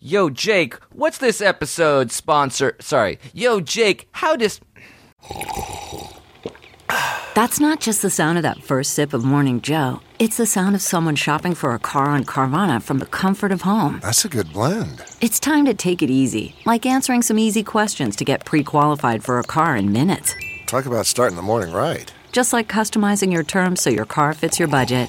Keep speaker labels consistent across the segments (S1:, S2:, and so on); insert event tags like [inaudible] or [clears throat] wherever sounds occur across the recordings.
S1: Yo, Jake, what's this episode sponsor? Sorry. Yo, Jake, how does.
S2: That's not just the sound of that first sip of Morning Joe. It's the sound of someone shopping for a car on Carvana from the comfort of home.
S3: That's a good blend.
S2: It's time to take it easy, like answering some easy questions to get pre qualified for a car in minutes.
S3: Talk about starting the morning right.
S2: Just like customizing your terms so your car fits your budget.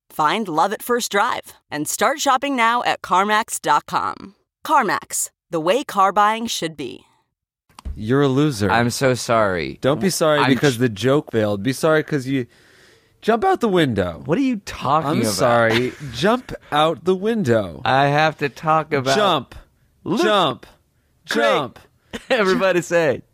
S4: Find love at first drive and start shopping now at CarMax.com. CarMax, the way car buying should be.
S5: You're a loser.
S1: I'm so sorry.
S5: Don't be sorry
S1: I'm
S5: because
S1: sh-
S5: the joke failed. Be sorry because you jump out the window.
S1: What are you talking
S5: I'm
S1: about?
S5: sorry. jump out the window.
S1: I have to talk about.
S5: jump.
S1: Look-
S5: Jump.
S1: Great.
S5: Jump.
S1: [laughs] Everybody say,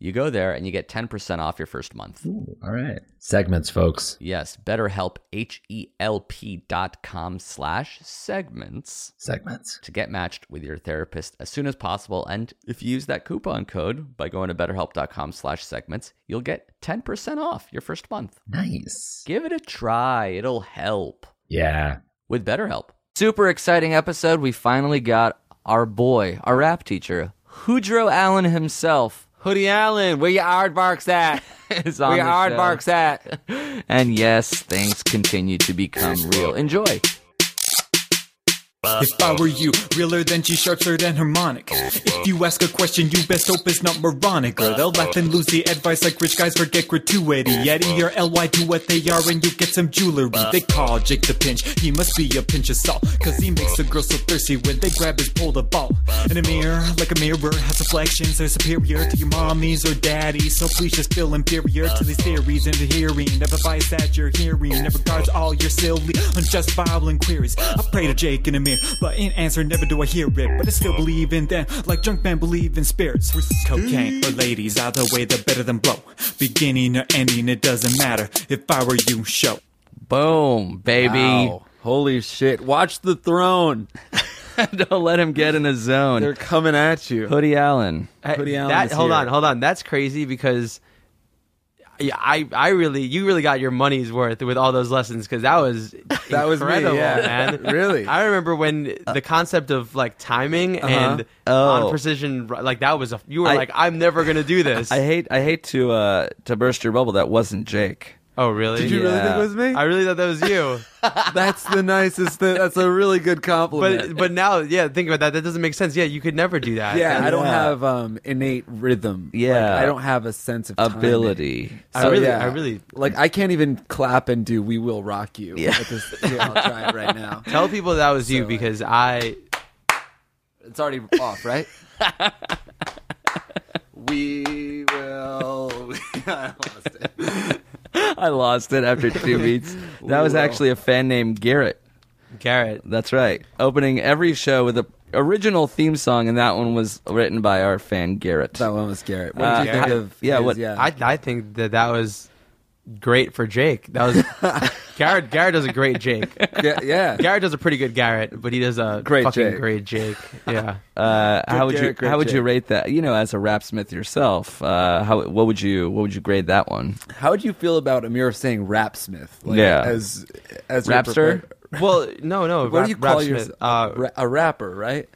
S6: You go there and you get 10% off your first month.
S7: Ooh, all right. Segments, folks.
S6: Yes, betterhelp, H-E-L-P dot com slash segments
S7: Segments.
S6: to get matched with your therapist as soon as possible. And if you use that coupon code by going to betterhelp.com slash segments, you'll get 10% off your first month.
S7: Nice.
S6: Give it a try. It'll help
S7: Yeah.
S6: with BetterHelp.
S1: Super exciting episode. We finally got our boy, our rap teacher, Hoodro Allen
S6: [laughs]
S1: himself. Hoodie Allen, where your aardvarks
S5: [laughs]
S1: at?
S6: It's
S1: where
S6: on
S1: your
S6: the show.
S1: aardvarks at?
S6: [laughs]
S1: and yes, things continue to become real. Enjoy.
S8: If I were you, realer than G sharper than harmonic. If you ask a question, you best hope it's not moronic. Or they'll laugh and lose the advice like rich guys forget gratuity. Yeti or LY do what they are and you get some jewelry. They call Jake the pinch, he must be a pinch of salt. Cause he makes the girls so thirsty when they grab his pull the ball. And a mirror, like a mirror, has reflections that are superior to your mommies or daddies. So please just feel inferior to these theories and the hearing of advice that you're hearing. Never regards all your silly, unjustifiable inquiries. I pray to Jake in a mirror, but in answer, never do I hear it. But I still believe in them, like junk men believe in spirits. Versus cocaine or ladies, either way, they're better than blow. Beginning or ending, it doesn't matter. If I were you, show.
S1: Boom, baby.
S6: [laughs]
S5: Wow. Holy shit. Watch the throne.
S1: Don't let him get in a zone.
S5: They're coming at you.
S1: Hoodie Allen.
S5: Hoodie Allen
S9: that
S5: is
S9: hold
S5: here.
S9: on, hold on. That's crazy because yeah, I I really you really got your money's worth with all those lessons because that was
S5: [laughs] That was me,
S9: incredible,
S5: yeah. [laughs]
S9: man.
S1: [laughs]
S5: Really? Uh,
S9: I remember when the concept of like timing
S5: uh-huh.
S9: and
S5: Oh.
S9: on precision like that was a you were
S1: I-
S9: like I'm never
S5: [laughs]
S9: gonna do this.
S1: I hate I hate to uh to burst your bubble. That wasn't Jake.
S9: oh really?
S5: Did you really think
S1: Yeah.
S5: it was me?
S9: I really thought
S5: [laughs]
S9: that was you.
S5: that's the nicest thing. That's a really good compliment.
S9: but but now yeah, think about that. That doesn't make sense. Yeah, you could never do that.
S5: yeah, I don't
S1: Yeah.
S5: have um, innate rhythm. Like,
S1: Yeah.
S5: I don't have a sense of timing.
S1: Ability.
S9: I
S5: So,
S9: really
S5: yeah.
S9: I really
S5: like. I can't even clap and do "We Will Rock You." Yeah, at this, here, I'll try it right now.
S9: tell people that was you because I
S5: It's already
S6: [laughs]
S5: off, right? we will. [laughs] I lost it.
S6: [laughs]
S5: [laughs]
S1: I lost it after two beats. That was actually a fan named Garrett.
S9: Garrett.
S6: That's right. Opening every show with a original theme song, and that one was written by our fan Garrett.
S5: That one was Garrett. What did
S6: Uh,
S5: you think
S6: I-
S5: of?
S6: yeah,
S5: his-
S6: what-
S9: I I think that that was great for Jake. That
S5: [laughs]
S9: was Garrett. Garrett does a great Jake.
S5: yeah, yeah.
S9: Garrett does a pretty good Garrett, but he does a
S5: Great
S9: fucking
S5: Jake.
S9: great Jake. Yeah.
S6: Uh, how would
S5: Garrett,
S6: you
S5: great
S6: how would you
S5: Jake.
S6: rate that? You know, as a rapsmith yourself, uh, how what would you what would you grade that one?
S5: How would you feel about Amir saying rapsmith? Like,
S6: Yeah.
S5: as as your
S6: Rapster.
S5: prefer-
S9: well, no, no.
S5: What
S9: rap,
S5: do you call
S9: Rapsmith,
S5: yourself?
S9: Uh,
S5: Ra- a rapper, right?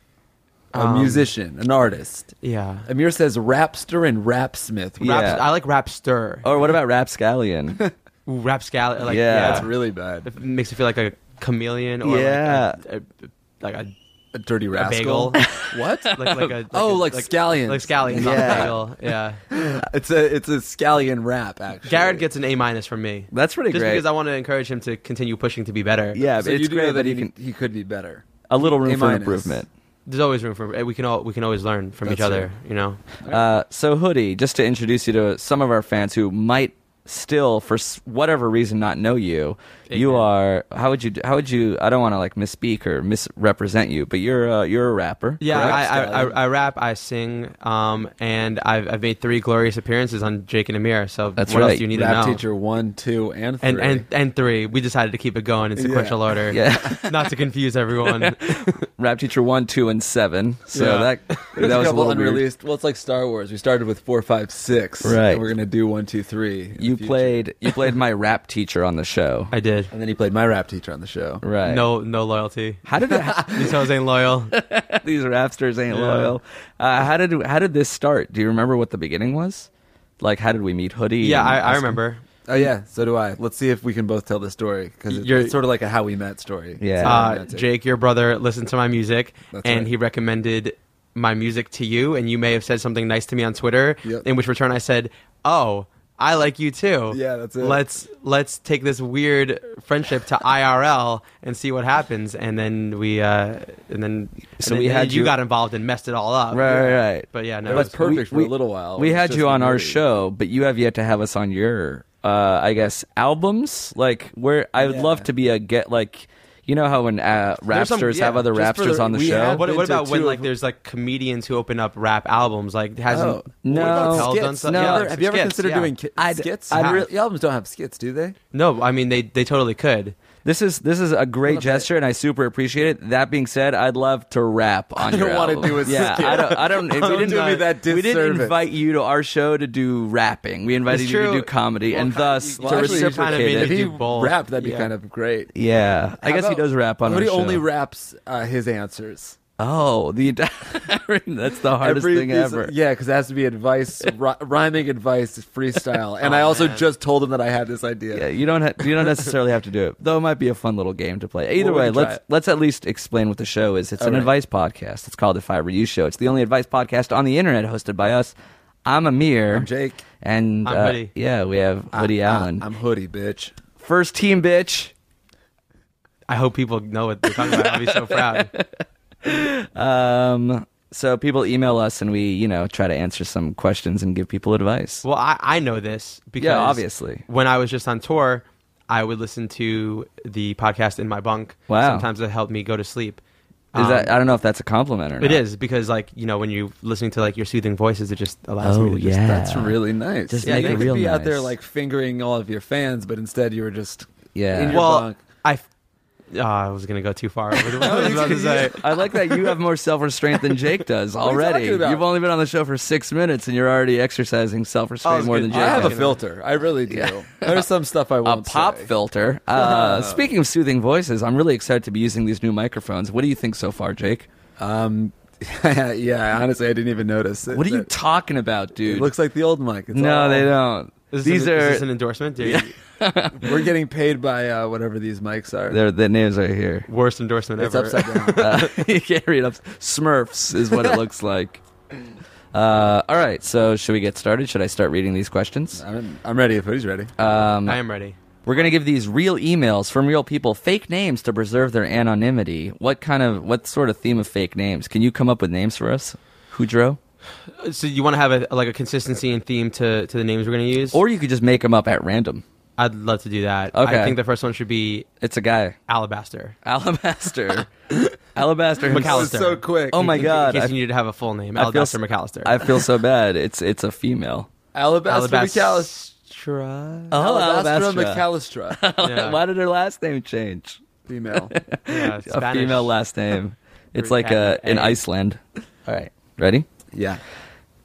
S5: A
S9: Um,
S5: musician, an artist.
S9: yeah.
S5: Amir says rapster and rapsmith.
S6: Yeah.
S9: Raps- I like Rapster.
S5: Oh.
S6: Or what about rapscallion?
S9: Ooh, Rapscallion. Like,
S6: Yeah.
S9: yeah.
S5: That's really bad.
S9: it makes you feel like a chameleon or
S6: Yeah.
S9: like a, a, like a
S5: A dirty
S9: a
S5: rascal.
S9: bagel.
S5: [laughs]
S9: what? Like, like a, like
S5: Oh,
S9: a-
S5: like scallions.
S9: Like scallions
S6: Yeah.
S9: on a bagel.
S5: [laughs]
S9: Yeah.
S5: it's a it's a scallion rap. Actually,
S9: Garrett gets an A minus from me.
S6: That's pretty
S9: Just
S6: great.
S9: because I want to encourage him to continue pushing to be better.
S6: yeah,
S5: So
S6: it's
S5: you do
S6: great
S5: know
S6: that
S5: that
S6: he
S5: he,
S6: can
S5: he could be better.
S6: a little room
S5: A
S6: for
S5: minus.
S6: improvement.
S9: There's always room for eh, we can all we can always learn from each
S5: That's
S9: other, you know.
S6: Uh, so hoodie, just to introduce you to some of our fans who might still, for s- whatever reason, not know you. You
S9: Ignorant.
S6: are how would you how would you? I don't want to like misspeak or misrepresent you, but you're uh, you're a rapper.
S9: Yeah,
S6: correct?
S9: I, I, I, I rap, I sing, um, and I've, I've made three glorious appearances on Jake and Amir. So
S6: That's
S9: what
S6: right.
S9: else do you need
S5: Rap
S9: to know?
S5: teacher one, two, and three.
S9: And, and and three, we decided to keep it going in sequential order,
S6: Yeah.
S9: [laughs] not to
S6: [laughs]
S9: confuse everyone.
S6: rap teacher one, two, and seven. So
S9: Yeah.
S6: that
S5: There's
S6: that
S5: a
S6: was a
S5: couple
S6: little weird.
S5: unreleased. Well, it's like Star Wars. We started with four, five, six.
S6: Right.
S5: And we're gonna do one, two, three. in the
S6: You
S5: future.
S6: played you played my rap teacher on the show,
S9: I did.
S5: and then he played my rap teacher on the show.
S6: right?
S9: No, no loyalty.
S6: How did it,
S9: These hoes ain't
S6: [laughs]
S9: loyal.
S6: these rapsters ain't loyal? Uh, how did how did this start? Do you remember what the beginning was? Like how did we meet Hoodie?
S9: Yeah,
S6: and
S9: I, I
S6: us-
S9: remember.
S5: Oh yeah, so do I. Let's see if we can both tell the story because
S9: You're-
S5: it's sort of like a how we met story.
S6: Yeah.
S5: It's a how we
S9: Uh,
S5: met story.
S9: Jake, your brother, listened to my music,
S5: That's
S9: and
S5: right.
S9: he recommended my music to you, and you may have said something nice to me on Twitter.
S5: Yep.
S9: In which return, I said, "Oh, I like you too.
S5: Yeah, that's it.
S9: Let's let's take this weird friendship to IRL and see what happens." And then we, uh, and then
S6: So
S9: and
S6: we
S9: then
S6: had
S9: you,
S6: you-
S9: got involved and messed it all up.
S6: Right, right, right.
S9: But yeah, no,
S5: It
S9: it
S5: was
S9: was-
S5: perfect
S6: we-
S5: for a little while.
S6: We
S5: It was
S6: had
S5: just
S6: you on our
S5: weird.
S6: show, but you have yet to have us on your, uh, I guess, albums. Like where I would love to be a get like, you know how when uh,
S9: There's some-
S6: rapsters
S9: yeah,
S6: have other
S5: just for
S6: rapsters
S5: the-
S6: on the
S5: we
S6: show.
S5: had-
S9: What,
S5: Been
S9: what
S5: to
S9: about when
S5: two
S9: like
S5: of-
S9: there's like comedians who open up rap albums? Like hasn't
S5: Oh.
S6: No.
S9: What about
S6: Skits?
S9: Pell done some-
S6: No.
S9: yeah,
S5: Ever-
S9: like
S5: have
S9: some
S5: you ever
S9: skits,
S5: considered
S9: yeah.
S5: doing ki-
S6: I'd-
S5: skits?
S6: I'd
S5: I'd
S6: re-
S5: the albums don't have skits, do they?
S9: No, I mean they they totally could.
S6: This is this is a great gesture, and I super appreciate it. That being said, I'd love to rap on
S5: don't
S6: your
S5: wanna
S6: album.
S5: do a
S6: yeah,
S5: [laughs] skit.
S6: I don't. I don't. we
S5: Don't
S6: didn't,
S5: do me that
S6: We didn't
S5: disservice.
S6: invite you to our show to do rapping. We invited
S9: It's
S6: you to
S9: true.
S6: do comedy,
S9: Well,
S6: and
S9: kind-
S6: thus
S9: you- well,
S6: to
S9: actually, you kinda
S6: reciprocate
S9: made
S5: If
S6: it.
S9: it-
S5: he
S9: do both.
S5: rapped, that'd be
S9: Yeah.
S5: kind of great.
S6: Yeah, I
S5: How
S6: guess he
S5: about-
S6: does rap on
S5: What
S6: our
S5: he
S6: show.
S5: only raps uh, his answers.
S6: Oh, the entire [laughs] that's the hardest
S5: Every
S6: thing
S5: piece of-
S6: ever.
S5: Yeah, because it has to be
S9: [laughs]
S5: advice, ri- rhyming advice, freestyle.
S9: Oh,
S5: And I also just told him that I had this idea.
S6: Yeah, you don't ha- you don't necessarily have to do it, though. It might be a fun little game to play. Either
S5: Well, we
S6: way,
S5: can try
S6: let's
S5: it.
S6: let's at least explain what the show is. It's an
S5: right.
S6: advice podcast. It's called If I Were You Show. It's the only advice podcast on the internet hosted by us. I'm Amir. I'm
S5: Jake.
S6: And
S9: I'm
S6: uh,
S9: Hoodie.
S6: yeah, we have Woody
S5: Ah,
S6: Allen.
S5: I'm hoodie, bitch.
S6: First team, bitch.
S9: I hope people know what they're talking about. I'll
S6: [laughs]
S9: be so proud.
S6: Um, so people email us, and we you know try to answer some questions and give people advice.
S9: Well, I, I know this because
S6: Yeah, obviously.
S9: when I was just on tour, I would listen to the podcast in my bunk.
S6: Wow.
S9: Sometimes it helped me go to sleep.
S6: Is
S9: Um,
S6: that I don't know if that's a compliment or not.
S9: it is because like you know when you listening to like your soothing voices, it just allows me
S6: Oh
S9: to just
S6: yeah,
S5: That's really nice.
S6: Just
S5: yeah,
S6: make
S5: you
S6: it
S5: could
S6: real
S5: be out there
S6: nice.
S5: like fingering all of your fans, but instead you were just
S6: Yeah.
S5: in your
S9: well.
S5: bunk.
S9: I f- ah, I was gonna go too far. [laughs] with what I was about
S6: [laughs]
S9: to say.
S6: I like that you have more self restraint than Jake
S5: [laughs]
S6: does
S5: are you
S6: already.
S5: talking about?
S6: You've only been on the show for six minutes and you're already exercising self
S9: Oh,
S6: restraint
S9: it's
S6: more
S9: good.
S6: than Jake.
S5: I have a
S6: does.
S5: filter. I
S6: [laughs]
S5: really do. There's some stuff I
S6: A
S5: won't
S6: pop
S5: say. [laughs]
S6: filter. Uh, speaking of soothing voices, I'm really excited to be using these new microphones. What do you think so far, Jake?
S5: Um, [laughs] yeah, honestly, I didn't even notice. It,
S6: What are you
S5: That-
S6: talking about, dude?
S5: it looks like the old mic. It's
S6: no,
S5: all-
S6: they don't.
S9: Is this
S6: These
S9: an, is this
S6: are
S9: an endorsement? Dude,
S5: We're getting paid by uh, whatever these mics are.
S6: their the names right here.
S9: Worst endorsement
S5: it's
S9: ever.
S6: [laughs]
S5: upside down.
S6: Uh, you can't read up. Smurfs is what
S5: [laughs]
S6: it looks like. Uh, all right, so should we get started? Should I start reading these questions?
S5: I'm, I'm ready if he's ready.
S6: Um,
S9: I am ready.
S6: We're going to give these real emails from real people, fake names to preserve their anonymity. What kind of, what sort of theme of fake names? Can you come up with names for us, Houdro?
S9: So you want to have a like a consistency and theme to to the names we're gonna use?
S6: Or you could just make them up at random.
S9: I'd love to do that.
S6: Okay.
S9: I think the first one should be
S6: It's a guy. [laughs]
S9: Alabaster. [laughs]
S6: Alabaster. Alabaster
S5: That
S6: himself.
S5: was
S9: McAllister.
S5: so quick.
S6: Oh my
S9: In-
S6: god. I,
S9: In case you needed to have a full name,
S6: I feel
S9: Alabaster
S6: s-
S9: McAllister.
S6: I feel so bad. It's it's a female.
S5: [laughs] Alabaster, McAllis-
S9: Alabastra.
S6: Oh,
S5: Alabastra
S6: Alabastra. [laughs]
S5: McAllistra.
S9: Yeah.
S6: Why did her last name change?
S5: Female.
S9: Yeah,
S6: [laughs]
S9: it's
S6: A
S9: Spanish.
S6: female last
S9: [laughs]
S6: name. It's like uh
S9: Cat-
S6: in
S9: A.
S6: Iceland. All right. Ready?
S5: Yeah.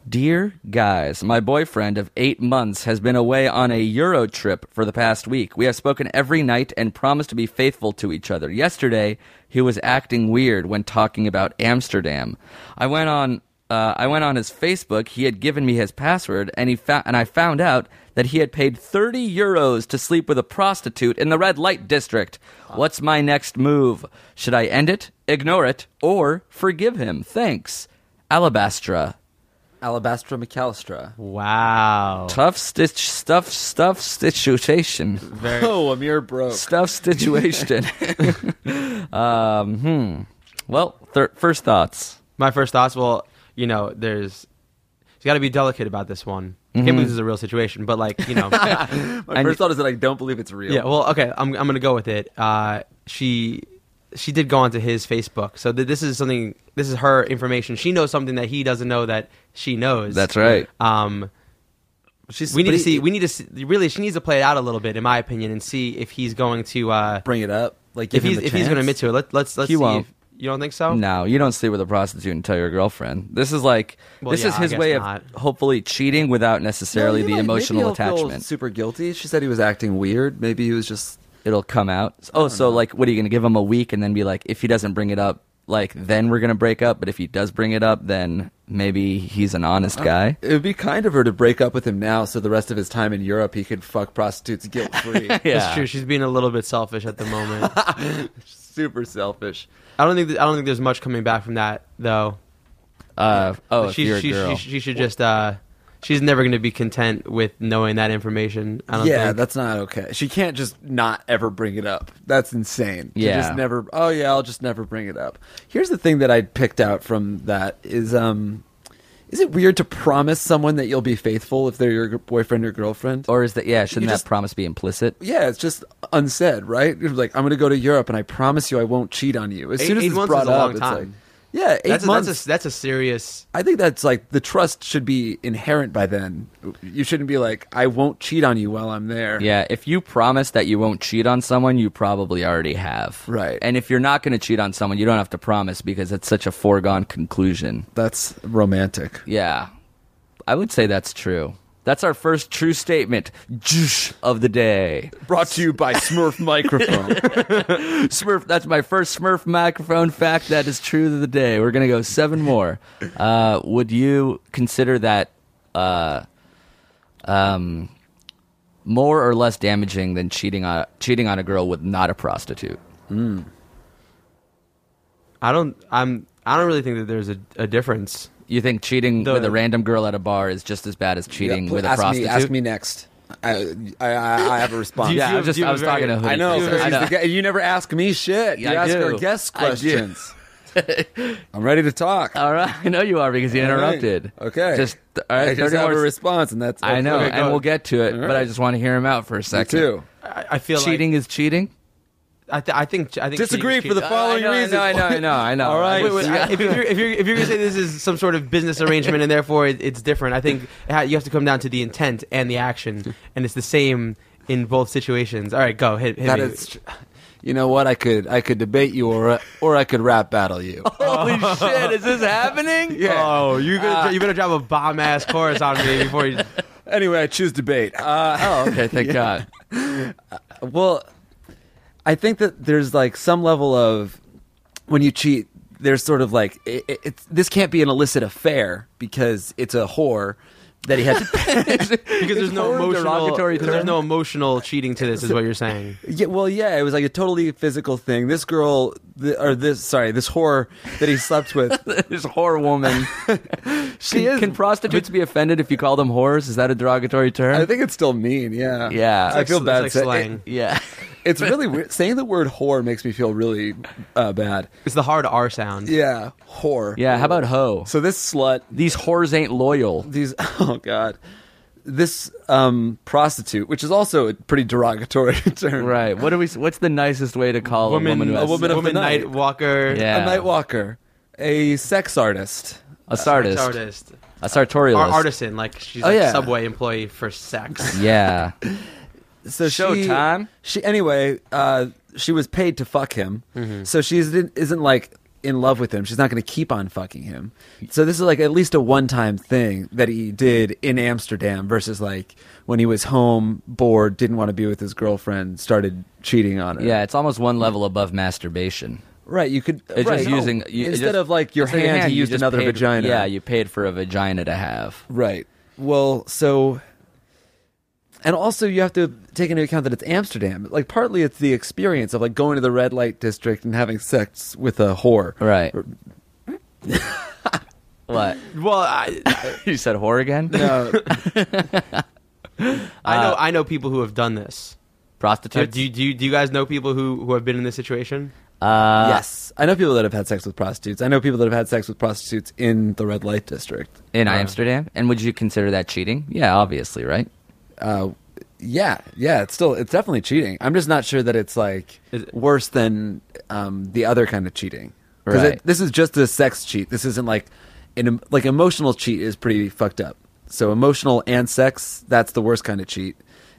S6: Dear guys, my boyfriend of eight months has been away on a Euro trip for the past week. We have spoken every night and promised to be faithful to each other. Yesterday, he was acting weird when talking about Amsterdam. I went on. Uh, I went on his Facebook. He had given me his password, and he found, and I found out that he had paid thirty euros to sleep with a prostitute in the red light district. What's my next move? Should I end it, ignore it, or forgive him? Thanks, Alabastra.
S5: Alabastra McAllistra.
S9: Wow.
S6: Tough stitch, stuff, stuff, situation,
S5: [laughs] Oh, Amir broke.
S6: stuff,
S5: [laughs]
S6: situation. um, hmm. Well, thir- first thoughts.
S9: My first thoughts. Well, you know, there's. You got to be delicate about this one.
S6: Mm-hmm.
S9: I can't believe this is a real situation, but
S6: [laughs]
S9: like you know,
S5: My first thought is that I don't believe it's real.
S9: yeah. Well, okay, I'm I'm gonna go with it. Uh, she she did go onto his Facebook, so th- this is something. This is her information. She knows something that he doesn't know that she knows.
S6: That's right.
S9: Um,
S5: She's,
S9: we need
S5: but
S9: to
S5: he-
S6: e-
S9: see. We need to see, really. She needs to play it out a little bit, in my opinion, and see if he's going to uh,
S5: bring it up. Like give
S9: if he's
S5: him a
S9: if he's going
S5: chance.
S9: to admit to it. Let, let's let's
S6: He
S9: see.
S6: won't.
S9: If, you don't think so?
S6: No, you don't sleep with a prostitute and tell your girlfriend. This is like
S9: Well,
S6: this
S9: yeah,
S6: is
S9: I
S6: his
S9: guess
S6: way
S9: not.
S6: of hopefully cheating without necessarily
S5: No,
S6: the
S5: he might-
S6: emotional
S5: maybe he'll feel
S6: attachment.
S5: super guilty. She said he was acting weird. Maybe he was just.
S6: It'll come out. Oh, so like, what are you going to give him a week and then be like, if he doesn't bring it up, like, then we're going to break up. But if he does bring it up, then maybe he's an honest
S5: Uh,
S6: guy.
S5: It would be kind of her to break up with him now, so the rest of his time in Europe he could fuck prostitutes guilt
S9: [laughs]
S5: free.
S9: That's true. She's being a little bit selfish at
S6: [laughs]
S9: the moment.
S5: super selfish.
S9: I don't think that, I don't think there's much coming back from that though.
S6: Uh, oh, if
S9: she,
S6: you're a
S9: she,
S6: girl.
S9: She, she should just. Uh, she's never going to be content with knowing that information. I don't
S5: Yeah,
S9: think.
S5: that's not okay. She can't just not ever bring it up. That's insane. To
S6: Yeah.
S5: just never. Oh yeah, I'll just never bring it up. Here's the thing that I picked out from that is um, is it weird to promise someone that you'll be faithful if they're your g- boyfriend or girlfriend?
S6: Or is that yeah? Shouldn't
S5: just-
S6: that promise be implicit?
S5: yeah, it's just unsaid, right? It's like I'm going to go to Europe and I promise you I won't cheat on you. As
S9: Eight-
S5: soon as
S9: eight
S5: it's
S9: months
S5: brought
S9: is a
S5: up,
S9: long
S5: it's
S9: time.
S5: like yeah, eight
S9: that's, a,
S5: months.
S9: that's a that's a serious.
S5: I think that's like the trust should be inherent by then. You shouldn't be like, I won't cheat on you while I'm there.
S6: Yeah, if you promise that you won't cheat on someone, you probably already have.
S5: Right.
S6: And if you're not going to cheat on someone, you don't have to promise because it's such a foregone conclusion.
S5: That's romantic.
S6: Yeah. I would say that's true. That's our first true statement Jush of the day.
S5: Brought to you by Smurf [laughs] Microphone.
S6: Smurf, that's my first Smurf microphone fact that is true of the day. We're going to go seven more. Uh, would you consider that uh, um, more or less damaging than cheating on cheating on a girl with not a prostitute?
S9: I don't. I'm. I don't really think that there's a, a difference.
S6: You think cheating
S9: The-
S6: with a random girl at a bar is just as bad as cheating with a
S5: ask
S6: prostitute?
S5: me, ask me next. I, I, I I have a response.
S9: Do you-
S6: Yeah,
S9: do
S6: I
S9: you-
S6: was just
S9: do you
S6: I was
S9: have
S6: talking
S9: very-
S6: to Hoodie.
S5: I know.
S9: do you-
S5: because
S6: I
S5: he's
S6: know.
S5: the guy- you never ask me shit. You
S6: I
S5: ask
S6: do.
S5: our guests
S6: I do. [laughs]
S5: questions. I'm ready to
S6: [laughs]
S5: talk.
S6: All right, I know you are because you interrupted.
S5: All right. Okay.
S6: just all right.
S5: I just
S6: 30
S5: have
S6: more
S5: a
S6: s-
S5: response, and that's.
S6: I know,
S5: okay,
S6: and
S5: go.
S6: we'll get to it,
S5: All
S6: but I
S5: right.
S6: just want to hear him out for a
S5: Me
S6: second.
S5: too.
S9: I, I feel
S6: Cheating
S9: Like,
S6: is cheating.
S9: I, th- I think. I think.
S5: Disagree
S9: cheating
S5: for the
S9: is cheating.
S5: following
S6: I know,
S5: reasons.
S6: I know, I know, I know.
S5: All right.
S9: Wait, wait,
S5: [laughs] Yeah.
S9: I- if, you're, if you're if you're gonna say this is some sort of business [laughs] arrangement and therefore it, it's different, I think it ha- you have to come down to the intent and the action, and it's the same in both situations. All right, go hit, hit
S5: That
S9: me.
S5: is. You know what? I could I could debate you, or or I could rap battle [laughs] you.
S6: Holy [laughs] shit!
S5: [laughs]
S6: Is this happening?
S9: Oh, you gonna you better drop a bomb ass chorus on me before you.
S5: anyway, I choose debate. Uh,
S6: Oh,
S5: [laughs]
S6: okay. Thank God. [laughs]
S5: Well, I think that there's like some level of when you cheat, there's sort of like it, it, it's, this can't be an illicit affair because it's a whore that he had to [laughs]
S9: because there's no
S6: horror
S9: emotional
S6: derogatory
S9: because there's
S6: term.
S9: no emotional cheating to this is what you're saying
S5: Yeah, well, yeah, it was like a totally physical thing. This girl, th- or this, sorry, this whore that he slept with.
S6: this whore woman.
S5: [laughs] she
S6: can, can prostitutes be offended if you call them whores? Is that a derogatory term?
S5: [laughs] I think it's still mean. Yeah,
S6: Yeah.
S5: I feel
S9: It's
S5: bad.
S9: like
S5: sa-
S9: slang.
S5: it-
S6: yeah.
S5: [laughs] it's really [laughs] weird. saying the word whore makes me feel really uh, bad.
S9: it's the hard r sound
S5: Yeah, whore.
S6: Yeah. How about hoe?
S5: So this slut [laughs]
S6: These whores ain't loyal.
S5: these oh god this um, prostitute, which is also a pretty derogatory [laughs] term,
S6: Right. What are we? What's the nicest way to call a woman? Who has,
S5: a woman of the night.
S9: night walker.
S6: Yeah.
S5: A night walker, a sex artist.
S6: a sardist,
S9: Artist.
S6: a sartorialist.
S9: Or artisan, like she's
S5: Oh,
S9: a
S5: yeah.
S9: subway employee
S6: [laughs]
S9: for sex.
S6: Yeah.
S5: So she,
S6: Showtime.
S5: She anyway. Uh, she was paid to fuck him,
S6: Mm-hmm.
S5: so she isn't, isn't like in love with him. She's not going to keep on fucking him. So this is like at least a one-time thing that he did in Amsterdam versus like when he was home, bored, didn't want to be with his girlfriend, started cheating on her.
S6: Yeah. It's almost one level above masturbation.
S5: right. You could
S6: It's
S5: right.
S6: just using you,
S5: instead
S6: just-
S5: of like your
S6: instead of
S5: hand, he
S6: you
S5: used
S6: just
S5: another
S6: paid-
S5: vagina.
S6: Yeah. You paid for a vagina to have.
S5: Right. Well, so and also you have to take into account that it's Amsterdam. Like partly it's the experience of like going to the red light district and having sex with a whore.
S6: Right. [laughs] what?
S9: Well, I,
S6: You said whore again?
S5: Uh,
S9: I know I know people who have done this. Do,
S6: Prostitutes?
S9: Uh, do, you- do, you- do you guys know people who, who have been in this situation?
S6: uh,
S5: yes. I know people that have had sex with prostitutes. I know people that have had sex with prostitutes in the red light district.
S6: In
S9: Uh.
S6: Amsterdam? And would you consider that cheating? Yeah, obviously, right? [laughs]
S5: Uh yeah, yeah, it's still it's definitely cheating. I'm just not sure that it's like
S9: Is it-
S5: worse than um, the other kind of cheating. Because
S6: Right.
S5: this is just a sex cheat. This isn't like an em- like emotional cheat is pretty fucked up. So emotional and sex, that's the worst kind of cheat.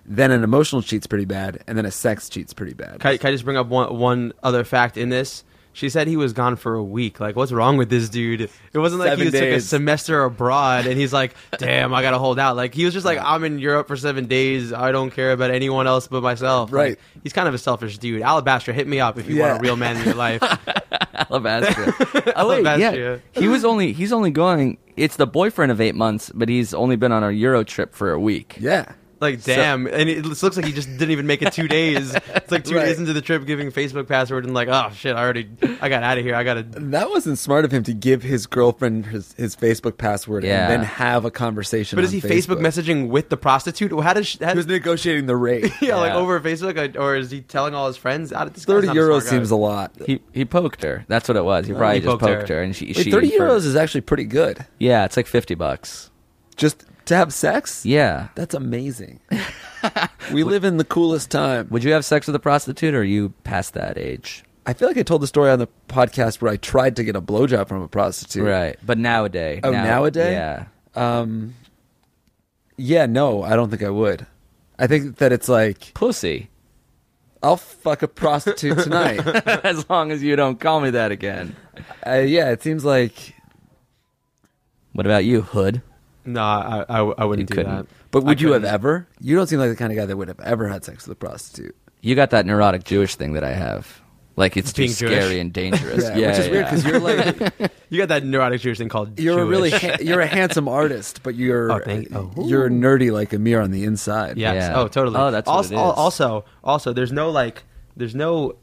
S5: Then an emotional cheat's pretty bad, and then a sex cheat's pretty bad.
S9: Can I, can I just bring up one, one other fact in this? She said he was gone for a week. Like, what's wrong with this dude? It wasn't like he
S5: Seven
S9: was like a
S5: days.
S9: semester abroad and
S5: [laughs]
S9: he's like, damn, I gotta hold out. Like, he was just like, I'm in Europe for seven days. I don't care about anyone else but myself. Like,
S5: Right.
S9: he's kind of a selfish dude. Alabaster, hit me up if you
S5: Yeah.
S9: want a real man in your
S5: [laughs]
S9: life.
S6: Alabastria. oh wait, yeah.
S9: Alabastria.
S6: He was only he's only going it's the boyfriend of 8 months, but he's only been on a Euro trip for a week.
S5: yeah.
S9: Like, damn. and it looks looks like he just didn't even make it two days. It's like two
S5: Right.
S9: days into the trip giving Facebook password and like, oh, shit, I already, I got out of here. I gotta.
S5: That wasn't smart of him to give his girlfriend his, his Facebook password
S6: Yeah.
S5: and then have a conversation.
S9: But is
S5: on
S9: he Facebook, messaging with the prostitute? How does she, how,
S5: He was negotiating the rate.
S9: [laughs] yeah, like
S6: Yeah.
S9: over Facebook, like, or is he telling all his friends? I, this guy's
S5: Thirty
S9: not a
S5: euros
S9: smart guy.
S5: seems a lot.
S6: He he poked her. That's what it was. He probably
S9: he
S6: just
S9: poked her.
S6: poked her, and she,
S5: Wait,
S6: she
S5: thirty
S6: for-
S5: euros is actually pretty good.
S6: Yeah, it's like 50 bucks.
S5: Just to have sex?
S6: Yeah. [laughs]
S5: That's amazing. we live in the coolest time.
S6: Would you have sex with a prostitute or are you past that age?
S5: I feel like I told the story on the podcast where I tried to get a blowjob from a prostitute.
S6: Right. But nowadays.
S5: Oh,
S6: now-
S5: nowadays?
S6: Yeah.
S5: Yeah, no, I don't think I would. I think that it's like
S6: Pussy.
S5: I'll fuck a prostitute tonight.
S6: [laughs] as long as you don't call me that again.
S5: uh, yeah, it seems like.
S6: What about you, Hood?
S9: No, I, I, I wouldn't
S6: You
S9: do
S6: couldn't.
S9: that.
S5: But would
S9: I
S5: you have
S9: couldn't.
S5: ever? You don't seem like the kind of guy that would have ever had sex with a prostitute.
S6: You got that neurotic Jewish thing that I have. Like it's too
S9: Being
S6: scary
S9: Jewish.
S6: and
S9: [laughs]
S6: dangerous. yeah,
S5: which is weird
S6: yeah. [laughs]
S5: because you're like
S9: You got that neurotic Jewish thing called.
S5: you're a
S9: Jewish.
S5: really ha- you're a handsome artist, but you're
S9: Oh, thank- oh.
S5: you're nerdy like Amir on the inside.
S9: Yes.
S6: Yeah.
S9: Oh, totally.
S6: Oh, that's what
S9: also,
S6: it is.
S9: also also there's no like there's no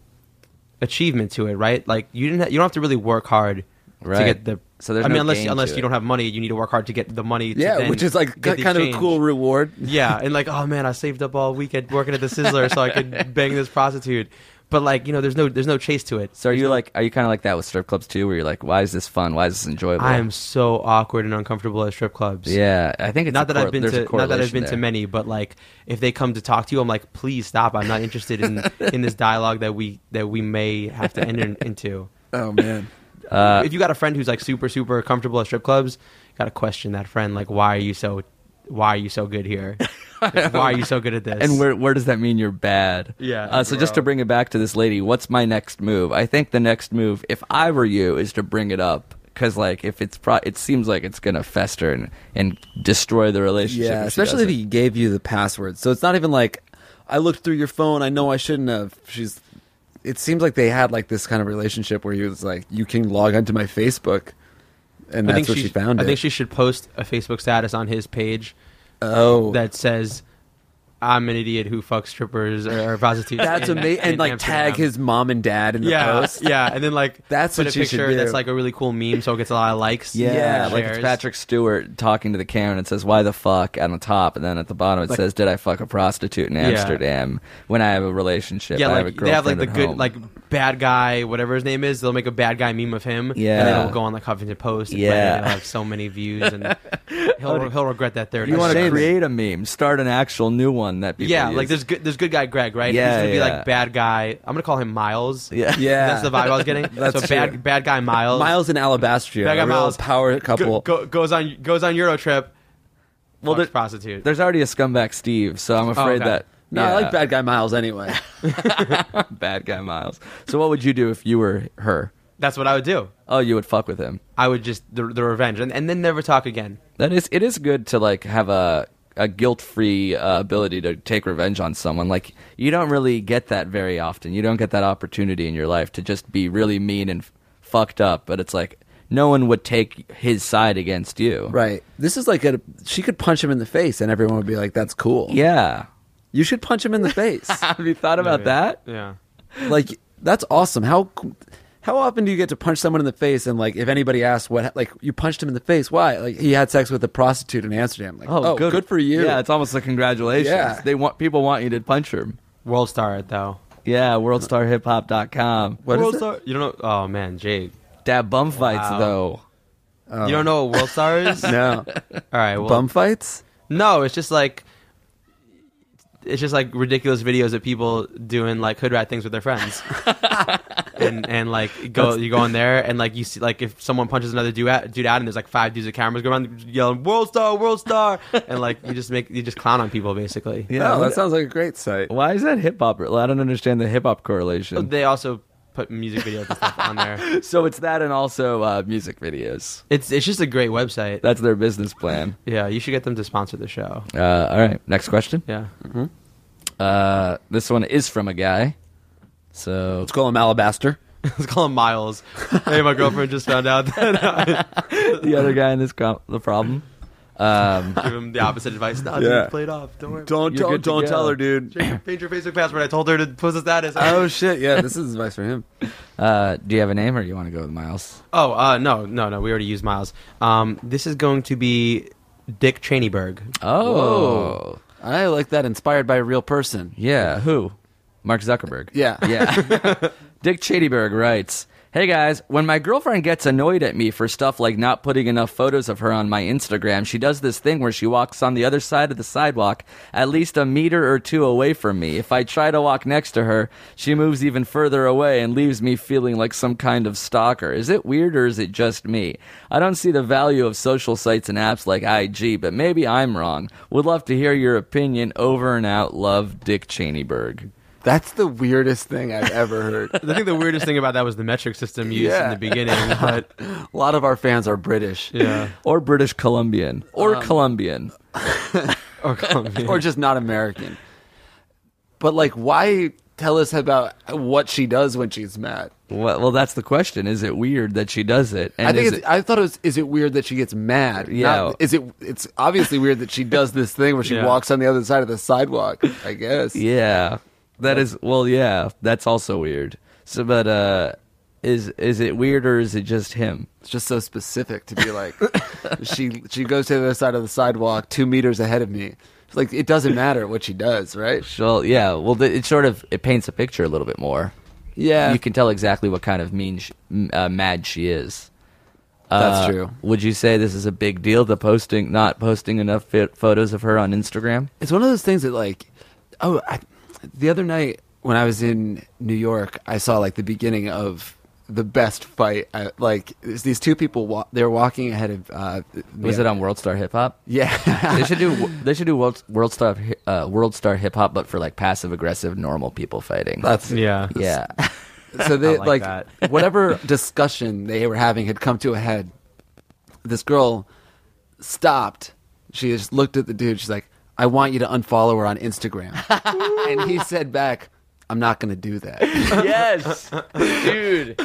S9: achievement to it, right? Like you didn't ha- you don't have to really work hard
S6: Right.
S9: to get the.
S6: So there's
S9: I
S6: no
S9: mean, unless
S6: gain
S9: unless
S6: to
S9: you
S6: it.
S9: don't have money, you need to work hard to get the money. To
S5: yeah,
S9: then
S5: which is like kind
S9: get the
S5: of a
S9: exchange.
S5: cool reward.
S9: Yeah, and like, oh man, I saved up all weekend working at the Sizzler so
S5: [laughs]
S9: I could bang this prostitute. But like, you know, there's no there's no chase to it.
S6: So are you like are you kind of like that with strip clubs too, where you're like, why is this fun? Why is this enjoyable?
S9: I am so awkward and uncomfortable at strip clubs.
S6: Yeah, I think it's
S9: Not
S6: a
S9: that
S6: cor-
S9: I've been
S6: there's a
S9: to not that I've
S6: correlation
S9: been to
S6: there.
S9: many, but like if they come to talk to you, I'm like, please stop. I'm not interested
S5: [laughs]
S9: in in this dialogue that we that we may have to enter into.
S5: Oh [laughs] man. Uh,
S9: if you got a friend who's like super super comfortable at strip clubs, you got to question that friend. Like, why are you so why are you so
S5: [laughs]
S9: good here? why are you so good at this?
S6: And where where does that mean you're bad?
S9: Yeah,
S6: Uh, so just to bring it back to this lady, what's my next move? I think the next move, if I were you, is to bring it up because like if it's pro- it seems like it's gonna fester and and destroy the relationship. if
S5: Yeah,
S6: she
S5: especially if
S6: doesn't.
S5: he gave you the password. So it's not even like I looked through your phone. I know I shouldn't have. She's. It seems like they had like this kind of relationship where you was like, you can log onto my Facebook, and that's where she, found
S9: I
S5: it.
S9: think she should post a Facebook status on his page
S5: oh,
S9: that says, I'm an idiot who fucks strippers or, or prostitutes.
S5: [laughs] That's
S9: in-
S5: amazing.
S9: in
S5: And like
S9: Amsterdam.
S5: tag his mom and dad in the
S9: yeah,
S5: post.
S9: yeah, and
S6: [laughs]
S9: then like
S5: That's
S9: put
S5: what
S9: a
S5: you should
S9: picture
S5: do.
S9: that's like a really cool meme, so it gets a lot of likes.
S6: Yeah,
S9: and
S6: like it's
S9: shares.
S6: Patrick Stewart talking to the camera and it says, Why the fuck on the top? And then at the bottom it says, Did I fuck a prostitute in Amsterdam when I have a relationship?
S9: Yeah,
S6: I
S9: like
S6: have a
S9: they have like the
S6: girlfriend at
S9: good
S6: home."
S9: like bad guy, whatever his name is. They'll make a bad guy meme of him. and
S6: Yeah.
S9: then it'll go on the Huffington Post. And
S6: Yeah.
S9: he'll have so many views,
S6: [laughs]
S9: and he'll he'll regret that thirty.
S6: You want to
S9: Shame.
S6: create a meme, start an actual new one that people
S9: Yeah,
S6: use.
S9: like there's good there's good guy Greg, right?
S6: Yeah,
S9: He's gonna be
S6: yeah.
S9: like bad guy. I'm gonna call him Miles.
S6: Yeah.
S5: Yeah.
S9: that's the vibe I was getting.
S6: [laughs]
S9: so bad
S5: true.
S9: bad guy Miles.
S5: Miles and Alabastria,
S9: Bad guy
S5: a real
S9: Miles.
S5: power couple.
S9: go, go, goes on goes on Euro trip. Well,
S6: there-
S9: prostitute.
S6: There's already a scumbag Steve, so I'm afraid
S9: okay.
S6: that
S5: Oh, no, I
S6: yeah,
S5: like bad guy Miles
S9: [laughs]
S5: anyway.
S6: bad guy Miles. So what would you do if you were her?
S9: That's what I would do.
S6: Oh, you would fuck with him.
S9: I would just the, the revenge, and, and then never talk again.
S6: That is, it is good to like have a a guilt free uh, ability to take revenge on someone. Like you don't really get that very often. You don't get that opportunity in your life to just be really mean and f- fucked up. But it's like no one would take his side against you.
S5: right. This is like a she could punch him in the face and everyone would be like, That's cool. [laughs]
S6: Yeah.
S5: You should punch him in the face.
S6: Have you thought about that?
S9: Yeah.
S5: like that's awesome. How how often do you get to punch someone in the face and like if anybody asks what like you punched him in the face, why? Like he had sex with a prostitute in Amsterdam. Like, oh, good, for you.
S6: Yeah, it's almost a congratulations.
S5: Yeah.
S6: They want people want you to punch him.
S9: World star it though.
S6: Yeah, worldstarhiphop.com.
S5: What is
S9: world
S5: it?
S9: star? You don't know? Oh man, Jake.
S6: Dab bum fights
S9: Wow.
S6: though.
S9: You don't know what world star is?
S6: [laughs]
S5: [laughs]
S9: All
S5: no.
S9: right. Well,
S5: Bum fights?
S9: no, it's just like it's just like ridiculous videos of people doing like hood rat things with their friends, and and like you go you go on there and like you see like if someone punches another dude out, dude out and there's like five dudes with cameras going around yelling world star world star and like you just make you just clown on people basically.
S5: Yeah,
S6: what-
S5: that sounds like a great site.
S6: Why is that hip hop? I don't understand the hip hop correlation.
S9: They also put music videos and stuff on there.
S6: [laughs] So it's that and also uh, music videos.
S9: It's it's just a great website.
S6: That's their business plan.
S9: Yeah, you should get them to sponsor the show.
S6: Uh, all right, next question.
S9: Yeah. [laughs]
S6: Uh, this one is from a guy. So
S5: Let's call him Alabaster.
S9: Let's call him Miles. hey, my girlfriend just found out that uh, I
S6: [laughs] the other guy in this com- the problem.
S9: gave him the opposite advice. No, dude,
S5: Yeah.
S9: play it off. Don't worry.
S5: Don't
S6: You're good to go.
S5: dude.
S9: Change, change your Facebook password. I told her to post the status.
S5: [laughs] oh shit, yeah, this is advice for him.
S6: Uh, do you have a name, or you want to go with Miles?
S9: oh, uh, no, no, no. We already used Miles. Um, this is going to be Dick Cheneyberg.
S6: Oh,
S5: Whoa. I like that inspired by a real person.
S6: yeah. Who? Mark Zuckerberg.
S5: Yeah.
S6: [laughs] Yeah. Dick Chadyberg writes Hey guys, when my girlfriend gets annoyed at me for stuff like not putting enough photos of her on my Instagram, she does this thing where she walks on the other side of the sidewalk, at least a meter or two away from me. If I try to walk next to her, she moves even further away and leaves me feeling like some kind of stalker. Is it weird or is it just me? I don't see the value of social sites and apps like IG, but maybe I'm wrong. Would love to hear your opinion. Over and out. Love, Dick Cheneyberg.
S10: That's the weirdest thing I've ever
S6: [laughs]
S10: heard.
S9: I think the weirdest thing about that was the metric system used in
S10: Yeah.
S9: the beginning, but
S5: A lot of our fans are British.
S9: yeah.
S6: or British Columbian or Colombian.
S10: [laughs]
S9: Or Colombian.
S5: Or just not American.
S10: But like, why tell us about what she does when she's mad?
S6: Well, well, that's the question. Is it weird that she does it? And
S10: I think
S6: is
S10: it's,
S6: it-
S10: I thought it was. Is it weird that she gets mad?
S6: Yeah.
S10: Not- is it? It's obviously weird that she does this thing where she
S9: Yeah.
S10: walks on the other side of the sidewalk. I guess.
S6: yeah, that is well, yeah, that's also weird. So, but uh, is is it weird or is it just him?
S10: It's just so specific to be like, [laughs] she she goes to the other side of the sidewalk, two meters ahead of me. It's like it doesn't matter what she does, right?
S6: Well, yeah, well, th- it sort of it paints a picture a little bit more.
S10: Yeah.
S6: you can tell exactly what kind of mean sh- m- uh, mad she is.
S10: That's
S6: Uh,
S10: true.
S6: Would you say this is a big deal? The posting, not posting enough fit photos of her on Instagram.
S5: It's one of those things that like
S10: Oh, I, the other night when I was in New York, I saw like the beginning of the best fight. I, like there's these two people, wa- they're walking ahead of. Uh,
S6: Was it on World Star Hip Hop?
S10: [laughs] Yeah,
S6: they should
S5: [laughs]
S6: do they should do world, world star Hi- uh, world star hip hop, but for like passive aggressive normal people fighting.
S10: that's
S9: yeah.
S5: [laughs]
S6: yeah,
S10: so they
S9: I like
S10: like,
S9: that. [laughs]
S10: whatever discussion they were having had come to a head. This girl stopped. She just looked at the dude. She's like, "I want you to unfollow her on
S9: [laughs]
S10: Instagram," and he said back, "I'm not going to do that."
S6: yes, dude.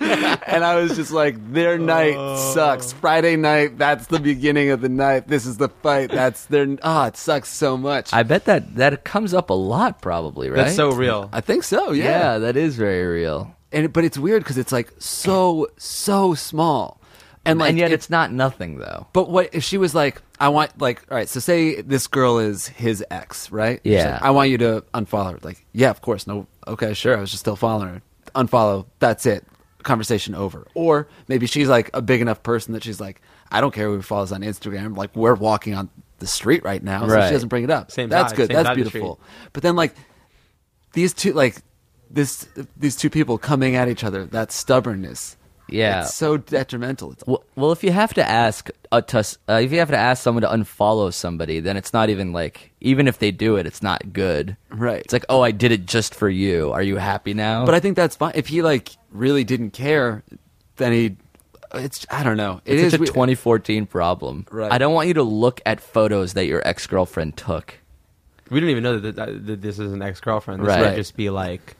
S5: and I was just like, their night sucks. Friday night, that's the beginning of the night. This is the fight. That's their. Ah, it sucks so much.
S6: I bet that that comes up a lot, probably, right?
S9: That's so real.
S5: I think so.
S6: yeah.
S5: Yeah.
S6: that is very real.
S5: And but it's weird because it's like so so small, and like
S6: and yet
S5: it-
S6: it's not nothing though.
S5: But what if she was like, I want like, all right, so say this girl is his ex, right? She's
S6: Yeah.
S5: like, I want you to unfollow her. Like, yeah, of course. No, okay, sure. I was just still following her. Unfollow. That's it. Conversation over. Or maybe she's like a big enough person that she's like, I don't care who follows on Instagram. Like, we're walking on the street right now, so
S6: Right.
S5: she doesn't bring it up.
S9: Same
S5: That's
S9: vibe,
S5: good.
S9: same vibe
S5: That's
S9: of the
S5: beautiful. But then like these two, like this, these two people coming at each other. That stubbornness.
S6: Yeah.
S5: It's so detrimental. It's
S6: Well, well, if you have to ask a tus- uh, if you have to ask someone to unfollow somebody, then it's not even like even if they do it, it's not good.
S5: Right.
S6: It's like, oh, I did it just for you. Are you happy now?
S5: But I think that's fine. If he like really didn't care, then he. It's I don't know. It
S6: it's
S5: is
S6: such a
S5: we-
S6: 2014 problem.
S5: Right.
S6: I don't want you to look at photos that your ex girlfriend took.
S9: We didn't even know that, that, that this is an ex girlfriend. This
S6: Right.
S9: might just be like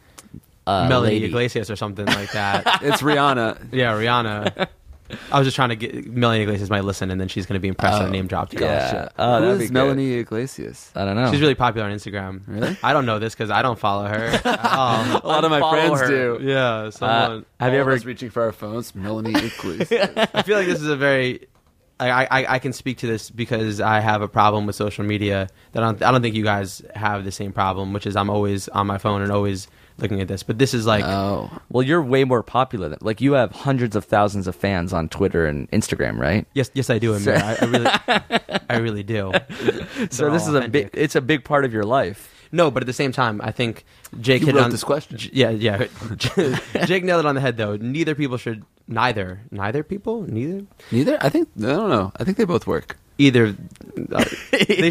S6: Uh,
S9: Melanie
S6: lady.
S9: Iglesias or something like that.
S5: It's [laughs] Rihanna.
S6: [laughs]
S9: yeah, Rihanna. I was just trying to get Melanie Iglesias might listen, and then she's going to be impressed when I name dropped. you.
S6: Oh, Yeah. Oh,
S5: Who
S6: that'd
S5: is
S6: be good.
S5: Melanie [laughs] Iglesias?
S6: I don't know.
S9: She's really popular on Instagram. Really? I don't know this because I don't
S6: [laughs]
S9: follow her.
S5: A
S9: Oh,
S5: lot of my
S6: Unfollow
S5: friends
S6: her.
S5: do.
S9: yeah, someone.
S6: have you
S5: All of
S6: ever?
S5: us reaching for our phones? [laughs] Melanie Iglesias.
S9: I feel like this is a very. I, I, I can speak to this because I have a problem with social media that I don't, I don't think you guys have the same problem, which is I'm always on my phone and always looking at this. But this is like
S5: oh,
S6: Well, you're way more popular. Than, like you have hundreds of thousands of fans on Twitter and Instagram, right?
S9: Yes, yes, I do, Amir. I, I
S6: [laughs]
S9: really, I really do.
S6: So this is a big. It's a big part of your life.
S9: no, but at the same time, I think Jake
S5: You
S9: hit
S5: wrote
S9: on
S5: this question.
S9: J- yeah, yeah. [laughs] Jake nailed it on the head, though. Neither people should. Neither, neither people, neither,
S5: neither. I think I don't know. I think they both work.
S9: either. uh, they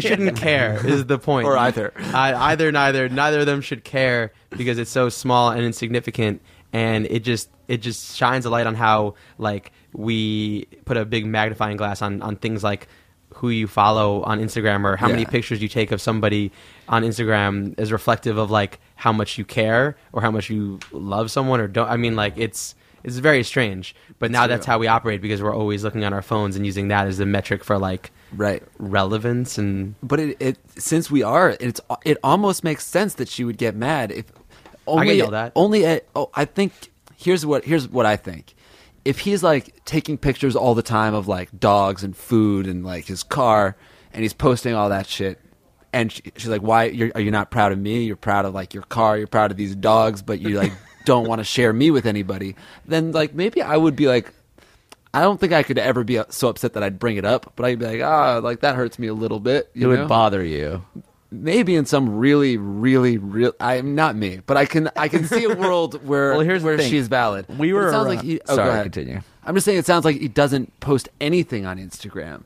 S5: [laughs]
S9: shouldn't care is the point.
S5: Or either.
S9: I, either, neither, neither of them should care because it's so small and insignificant, and it just it just shines a light on how like we put a big magnifying glass on on things like who you follow on Instagram or how many
S5: Yeah.
S9: pictures you take of somebody on Instagram is reflective of like how much you care or how much you love someone or don't. I mean, like it's. It's very strange, but now that's how we operate because we're always looking on our phones and using that as the metric for like
S5: Right.
S9: relevance and
S5: But it, it since we are, it's it almost makes sense that she would get mad if only
S9: yelled at.
S5: only at, oh I think here's what here's what I think. If he's like taking pictures all the time of like dogs and food and like his car and he's posting all that shit and she, she's like why you're, are you not proud of me? You're proud of like your car, you're proud of these dogs, but you like don't want to share me with anybody. Then like maybe I would be like I don't think I could ever be uh, so upset that I'd bring it up, but I'd be like, ah, like that hurts me a little bit.
S6: It
S5: You
S6: would
S5: know?
S6: bother you.
S5: maybe in some really, really, real. I'm not me, but I can I can see a world where
S6: Well, here's the
S5: where
S6: thing.
S5: she's valid.
S6: We
S5: But
S6: were
S5: it sounds like
S6: around-
S5: he, oh,
S6: Sorry,
S5: go ahead.
S6: continue.
S5: I'm just saying it sounds like he doesn't post anything on Instagram,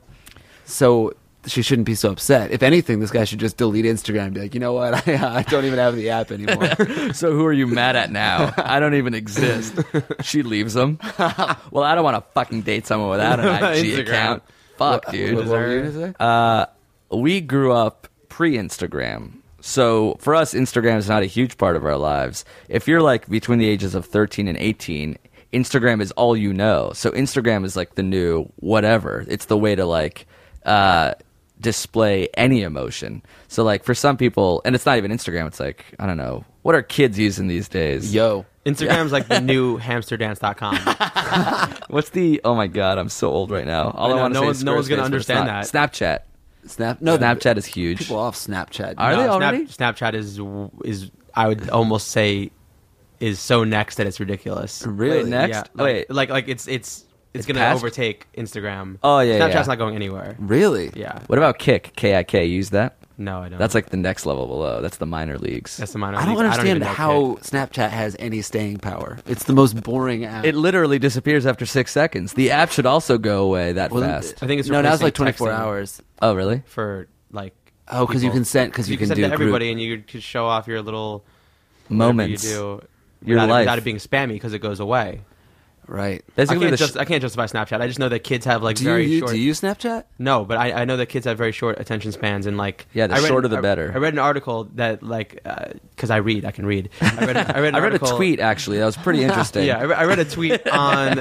S5: so she shouldn't be so upset. If anything, this guy should just delete Instagram and be like, you know what, [laughs] I, I don't even have the app anymore.
S6: So who are you mad at [laughs] now? I don't even exist. She leaves [laughs] him. well, I don't want to fucking date someone without [laughs] an IG
S9: Instagram.
S6: account. Fuck, dude.
S5: what were you gonna say?
S6: we grew up pre Instagram. So for us, Instagram is not a huge part of our lives. If you're like between the ages of 13 and 18, Instagram is all you know. So Instagram is like the new whatever. It's the way to like uh, display any emotion. So like for some people, and it's not even Instagram. It's like I don't know what are kids using these days.
S5: Yo,
S9: Instagram's like the new [laughs] hamsterdance.com.
S6: What's the? Oh my god, I'm so old right now. All I,
S9: I know,
S6: want to
S9: no
S6: say
S9: one-
S6: is
S9: no one's gonna
S6: Squarespace, but it's
S9: understand
S6: not. Snapchat.
S5: Snap. No,
S6: Snapchat is huge.
S5: people off Snapchat.
S6: Are they
S9: Snap-
S6: already?
S9: Snapchat is is I would almost say is so next that it's ridiculous.
S5: Really?
S6: Wait,
S9: Yeah.
S6: next.
S9: Like,
S6: Wait,
S9: like like it's it's it's gonna
S6: past-
S9: overtake Instagram.
S6: Oh, yeah,
S9: Snapchat's
S6: yeah.
S9: not going anywhere.
S5: really?
S9: Yeah.
S6: What about Kick? K I K. Use that.
S9: No, I don't.
S6: That's like the next level below. That's the minor leagues.
S9: that's the minor.
S5: I don't
S9: league. even
S5: understand
S9: know
S5: how
S9: Kick.
S5: Snapchat has any staying power. It's the most boring app.
S6: it literally disappears after six seconds. The app should also go away that
S5: Well,
S6: fast.
S9: I think it's
S5: no. Now it's like 24
S9: replacing texting
S5: hours.
S6: oh, really?
S9: for like.
S5: Oh, because you
S9: people.
S5: can send because you,
S9: you can send
S5: do
S9: to everybody, and you could show off your little whatever
S6: Moments.
S9: You do
S6: Your
S9: without, it-
S6: life.
S9: without it being spammy because it goes away.
S5: group-
S10: Right.
S9: I
S6: Basically,
S9: can't,
S6: the sh-
S9: just, I can't justify Snapchat. I just know that kids have like
S10: Do you,
S9: very
S10: you-
S9: short.
S10: do you Snapchat?
S9: No, but I, I know that kids have very short attention spans and like
S6: Yeah, the
S9: I read-
S6: shorter the
S9: I-
S6: better.
S9: I read an article that like because I read, I can read. I
S6: [laughs]
S9: read, I read, an
S6: I read a
S9: article-
S6: tweet actually that was
S9: [laughs]
S6: pretty interesting.
S9: Yeah, I, re- I read
S6: [laughs]
S9: a tweet on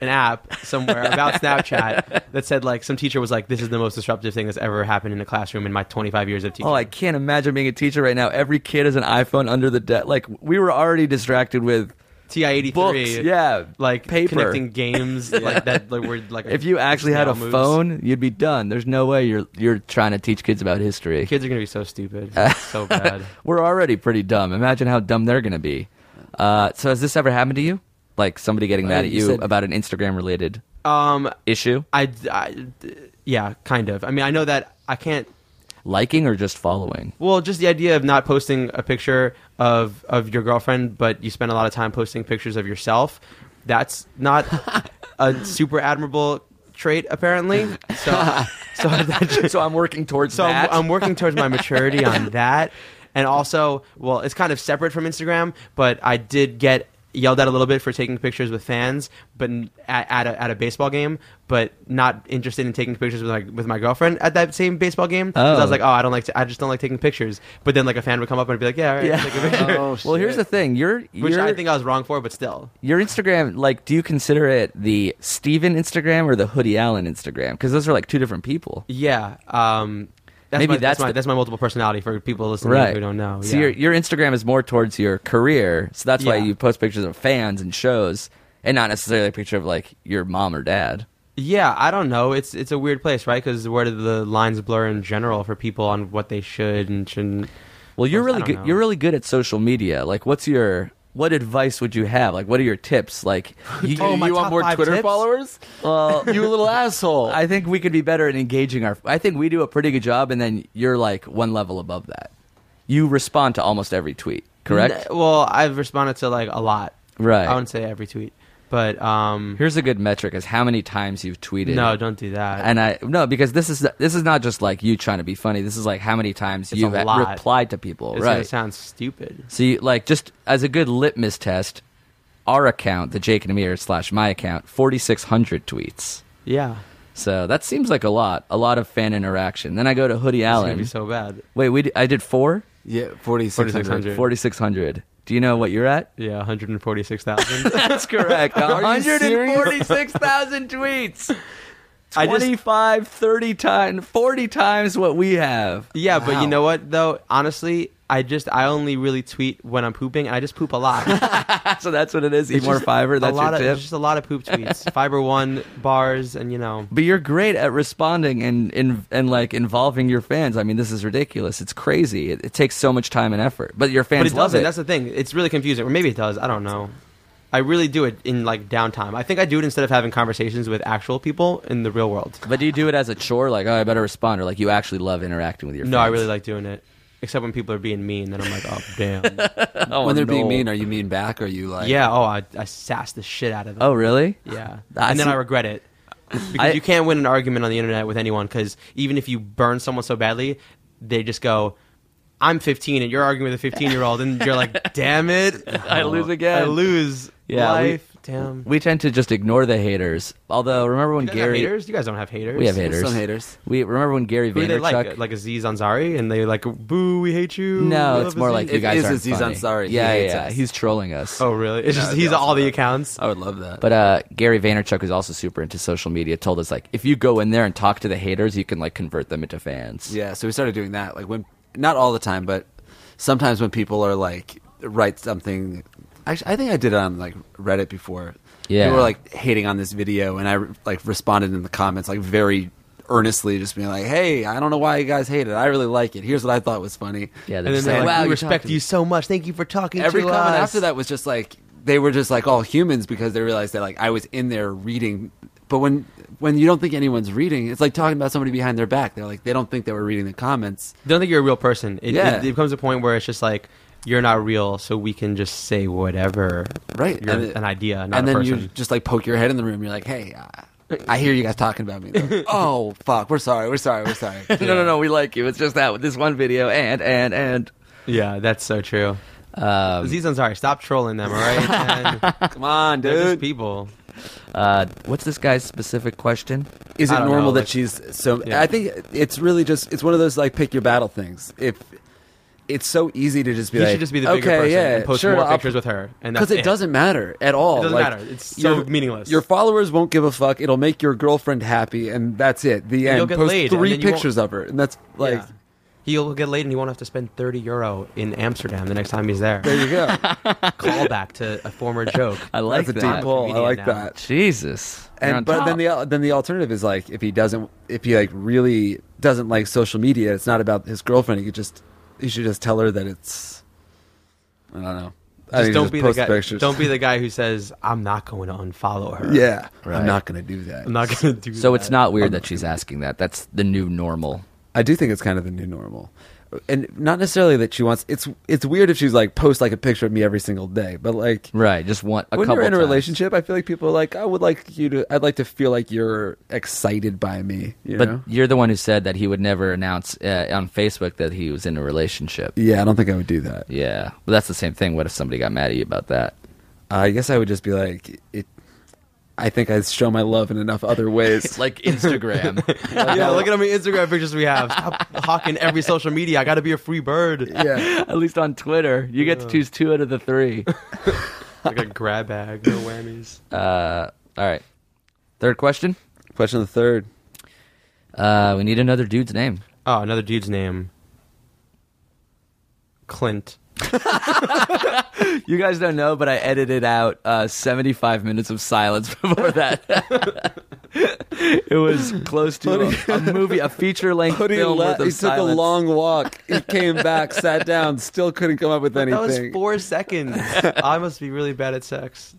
S9: an app somewhere about Snapchat that said like some teacher was like, "This is the most disruptive thing that's ever happened in a classroom in my 25 years of teaching."
S6: Oh, I can't imagine being a teacher right now. Every kid has an iPhone under the desk. Like we were already distracted with.
S9: TI-83,
S6: books, yeah,
S9: like
S6: paper. [laughs]
S9: connecting games, like that, like where like a-
S6: If you actually had
S9: now
S6: a
S9: moves.
S6: phone, you'd be done. There's no way you're you're trying to teach kids about history.
S9: kids are gonna be
S6: [laughs]
S9: so stupid, so bad.
S6: We're already pretty dumb. Imagine how dumb they're going to be. Uh, so has this ever happened to you? Like somebody getting
S9: Uh,
S6: mad at
S5: you
S6: you
S5: said-
S6: about an Instagram related
S9: Um,
S6: issue,
S9: I, I, yeah, kind of. I mean, I know that I can't.
S6: liking or just following?
S9: Well, just the idea of not posting a picture of of your girlfriend, but you spend a lot of time posting pictures of yourself. That's not a super admirable trait, apparently. So, so [laughs] that just,
S6: [laughs] so I'm working towards
S9: so I'm,
S6: that.
S9: I'm working towards my maturity on that, and also, well, it's kind of separate from Instagram, but I did get yelled at a little bit for taking pictures with fans, but n- at, at, a, at a baseball game, but not interested in taking pictures with my with my girlfriend at that same baseball game. 'Cause I
S6: Oh.
S9: was like, oh, I don't like, to, I just don't like taking pictures. But then like a fan would come up and be like, yeah, all
S6: [laughs]
S9: right,
S6: Yeah.
S9: take a
S6: [laughs]
S9: picture.
S6: well, here's the thing. Your
S9: Which
S6: your,
S9: I think I was wrong for, but still.
S6: your Instagram, like, do you consider it the Steven Instagram or the Hoodie Allen Instagram? Because those are like two different people.
S9: Yeah. Um, that's
S6: Maybe
S9: my, that's,
S6: that's
S9: my,
S6: the-
S9: that's my multiple personality for people listening who don't know.
S6: So
S9: yeah.
S6: your your Instagram is more towards your career. So that's why
S9: Yeah.
S6: you post pictures of fans and shows, and not necessarily a picture of like your mom or dad.
S9: Yeah, I don't know. It's it's a weird place, right? Because where do the lines blur in general for people on what they should and shouldn't?
S6: Well, you're
S9: Plus, I
S6: really
S9: don't
S6: good.
S9: know.
S6: You're really good at social media. Like, what's your what advice would you have? Like, what are your tips?
S5: [laughs]
S6: Like, you,
S9: Oh, my
S6: you want
S9: top
S6: more
S9: five
S6: Twitter
S9: tips?
S6: followers? Well,
S5: you little asshole.
S6: I think we could be better at engaging our. I think we do a pretty good job, and then you're like one level above that. You respond to almost every tweet, correct?
S9: N- Well, I've responded to like a lot.
S6: Right.
S9: I wouldn't say every tweet, but um,
S6: Here's a good metric: is how many times you've tweeted.
S9: no, don't do that.
S6: and I no because this is this is not just like you trying to be funny. This is like how many times
S9: It's
S6: you've
S9: a lot.
S6: replied to people,
S9: it's gonna
S6: right?
S9: sound stupid.
S6: so you, like just as a good litmus test, our account, the Jake and Amir slash my account, forty six hundred tweets.
S9: Yeah,
S6: So that seems like a lot, a lot of fan interaction. Then I go to Hoodie
S9: it's gonna
S6: Allen.
S9: be so bad.
S6: Wait, we d- I did four
S10: Yeah, forty six
S9: 4600.
S10: hundred.
S6: forty six hundred. Do you know what you're at? [laughs]
S9: Yeah, one hundred and forty-six thousand.
S6: That's correct. One
S10: Are you
S6: hundred and
S10: serious?
S6: forty six thousand tweets.
S9: [laughs] I just-
S6: 25, 30 times, 40 times what we have.
S9: yeah, but you know what though? Honestly, I just I only really tweet when I'm pooping, and I just poop a lot.
S6: [laughs] So [laughs] that's what it is. Eat more
S9: just
S6: fiber. That's
S9: a lot
S6: your
S9: of
S6: tip.
S9: it's just a lot of poop tweets. Fiber one bars, and you know.
S6: but you're great at responding and, and and like involving your fans. I mean, this is ridiculous. It's crazy. It, it takes so much time and effort. But your fans
S9: but it
S6: love
S9: doesn't.
S6: it.
S9: That's the thing. It's really confusing, or maybe it does. I don't know. I really do it in like downtime. I think I do it instead of having conversations with actual people in the real world.
S6: but do you do it as a chore? Like, oh, I better respond, or like you actually love interacting with your fans?
S9: No, I really like doing it, except when people are being mean. Then I'm like, oh
S6: [laughs]
S9: damn.
S6: Oh,
S10: When they're
S6: no.
S10: being mean, are you mean back? Or are you like
S9: yeah. Oh, I, I sassed the shit out of them.
S6: Oh, really?
S9: Yeah.
S6: I
S9: and then
S6: see-
S9: I regret it. Because
S6: I-
S9: you can't win an argument on the internet with anyone because even if you burn someone so badly, they just go, I'm 15 and you're arguing with a 15 year old. And
S6: [laughs]
S9: you're like, damn it. I
S6: lose again.
S9: I lose.
S6: Yeah, we-
S9: Life. damn.
S6: We tend to just ignore the haters. Although, remember when
S9: you guys have
S6: Gary?
S9: haters? You guys don't have haters.
S6: We have haters.
S10: Some haters.
S6: We remember when Gary
S9: Who do they
S6: Vaynerchuk.
S9: like? Like Aziz Ansari? And they like, boo, we hate you.
S6: no,
S9: We
S6: it's
S9: love
S6: more
S9: Aziz."
S6: like you
S10: It
S6: guys
S10: is
S6: aren't
S10: Aziz
S6: funny.
S10: Ansari. He
S6: Yeah,
S10: hates
S6: yeah, yeah.
S10: us.
S6: He's trolling us.
S9: Oh, really? It's just,
S10: that'd be
S9: he's on all
S10: awesome.
S9: the accounts.
S10: I would love that.
S6: But uh, Gary Vaynerchuk, who's also super into social media, told us like if you go in there and talk to the haters, you can like convert them into fans.
S10: Yeah, so we started doing that. Like when, not all the time, but sometimes when people are like write something. Actually, I think I did it on like Reddit before.
S6: Yeah.
S10: people were like hating on this video, and I like responded in the comments like very earnestly, just being like, "Hey, I don't know why you guys hate it. I really like it. Here's what I thought was funny."
S6: Yeah,
S9: And then
S6: just
S9: they're like,
S10: Wow,
S9: we
S10: you
S9: respect
S10: talked to
S9: you
S10: me."
S9: so much. Thank you for talking
S10: every
S9: to
S10: comment
S9: us.
S10: after that was just like they were just like all humans because they realized that like I was in there reading. But when when you don't think anyone's reading, it's like talking about somebody behind their back. They're like they don't think they were reading the comments.
S9: don't think you're a real person. It,
S10: Yeah.
S9: it, it becomes a point where it's just like you're not real, so we can just say whatever.
S10: right
S9: You're
S10: it-
S9: an idea, not
S10: and
S9: a
S10: then
S9: person.
S10: you just like poke your head in the room you're like hey uh, i hear you guys talking about me
S9: [laughs]
S10: They're like, oh fuck we're sorry we're sorry we're sorry
S6: no, no, no, we like you. It's just that with this one video and and and.
S9: Yeah, that's so true.
S6: Um,
S9: Aziz Ansari, stop trolling them, all right? Man,
S5: Come on,
S9: they're just
S5: dude.
S9: people.
S6: uh, what's this guy's specific question?
S5: Is it
S9: I don't
S5: normal
S9: know,
S5: that
S9: like-
S5: she's so?
S9: Yeah.
S5: I think it's really just it's one of those like pick your battle things. If it's so easy to just be
S9: He
S5: like,
S9: should just be the bigger
S5: okay,
S9: person
S5: yeah,
S9: and post
S5: sure,
S9: more
S5: I'll-
S9: pictures with her. And that's
S5: because it, doesn't matter at all.
S9: It doesn't
S5: Like,
S9: matter. It's so
S5: your-
S9: meaningless.
S5: Your followers won't give a fuck. It'll make your girlfriend happy, and that's it. The end.
S9: get
S5: Post
S9: laid, and
S5: three
S9: then you won't-
S5: pictures of her, and that's like
S9: Yeah. He'll get laid and he won't have to spend 30 euro in Amsterdam the next time he's there. [laughs]
S5: there you go.
S9: Callback to
S5: [laughs]
S9: a former joke.
S6: I like
S5: that's a
S6: that.
S5: deep hole. I
S9: comedian
S5: like
S9: now.
S5: that.
S6: Jesus. You're on
S5: And but
S6: top.
S5: then the then the alternative is like if he doesn't if he like really doesn't like social media, it's not about his girlfriend. He could just he should just tell her that it's I don't know. I
S9: Just
S5: think
S9: don't
S5: just
S9: be the
S5: post
S9: guy.
S5: Pictures.
S9: Don't be the guy who says, "I'm not going to unfollow
S5: [laughs]
S9: her."
S5: Yeah,
S6: Right.
S5: I'm not going to do that.
S9: I'm not going to do.
S6: so
S9: that.
S6: it's not
S5: Um,
S6: weird that she's asking that. That's the new normal.
S5: I do think it's kind of the new normal, and not necessarily that she wants. It's it's weird if she's like post like a picture of me every single day, but like
S6: Right. Just want Mm, a
S5: when
S6: couple
S5: you're in a
S6: times.
S5: relationship, I feel like people are like I would like you to. I'd like to feel like you're excited by me. You
S6: But
S5: know?
S6: you're the one who said that he would never announce uh, on Facebook that he was in a relationship.
S5: yeah, I don't think I would do that.
S6: Yeah. Well, that's the same thing. What if somebody got mad at you about that?
S5: Uh, I guess I would just be like, it. I think I show my love in enough other
S6: [laughs]
S5: ways.
S6: Like Instagram.
S9: yeah, look at how many Instagram pictures we have. Stop hawking every social media. I got to be a free bird.
S5: yeah,
S6: [laughs] at least on Twitter, you get to choose two out of the
S5: [laughs]
S6: three.
S9: Like a grab bag, no whammies.
S6: Uh, all right. Third question.
S5: question the third.
S6: Uh, we need another dude's name.
S9: Oh, another dude's name. Clint.
S6: You guys don't know, but I edited out uh, 75 minutes of silence [laughs] before that. [laughs] it was close to a, a movie, a feature length
S5: Hoodie
S6: film
S5: le-
S6: worth
S5: he
S6: of
S5: took
S6: silence.
S5: a long walk. He came back, sat down, still couldn't come up with anything.
S9: That
S5: [laughs]
S9: was four seconds. I must be really bad at sex.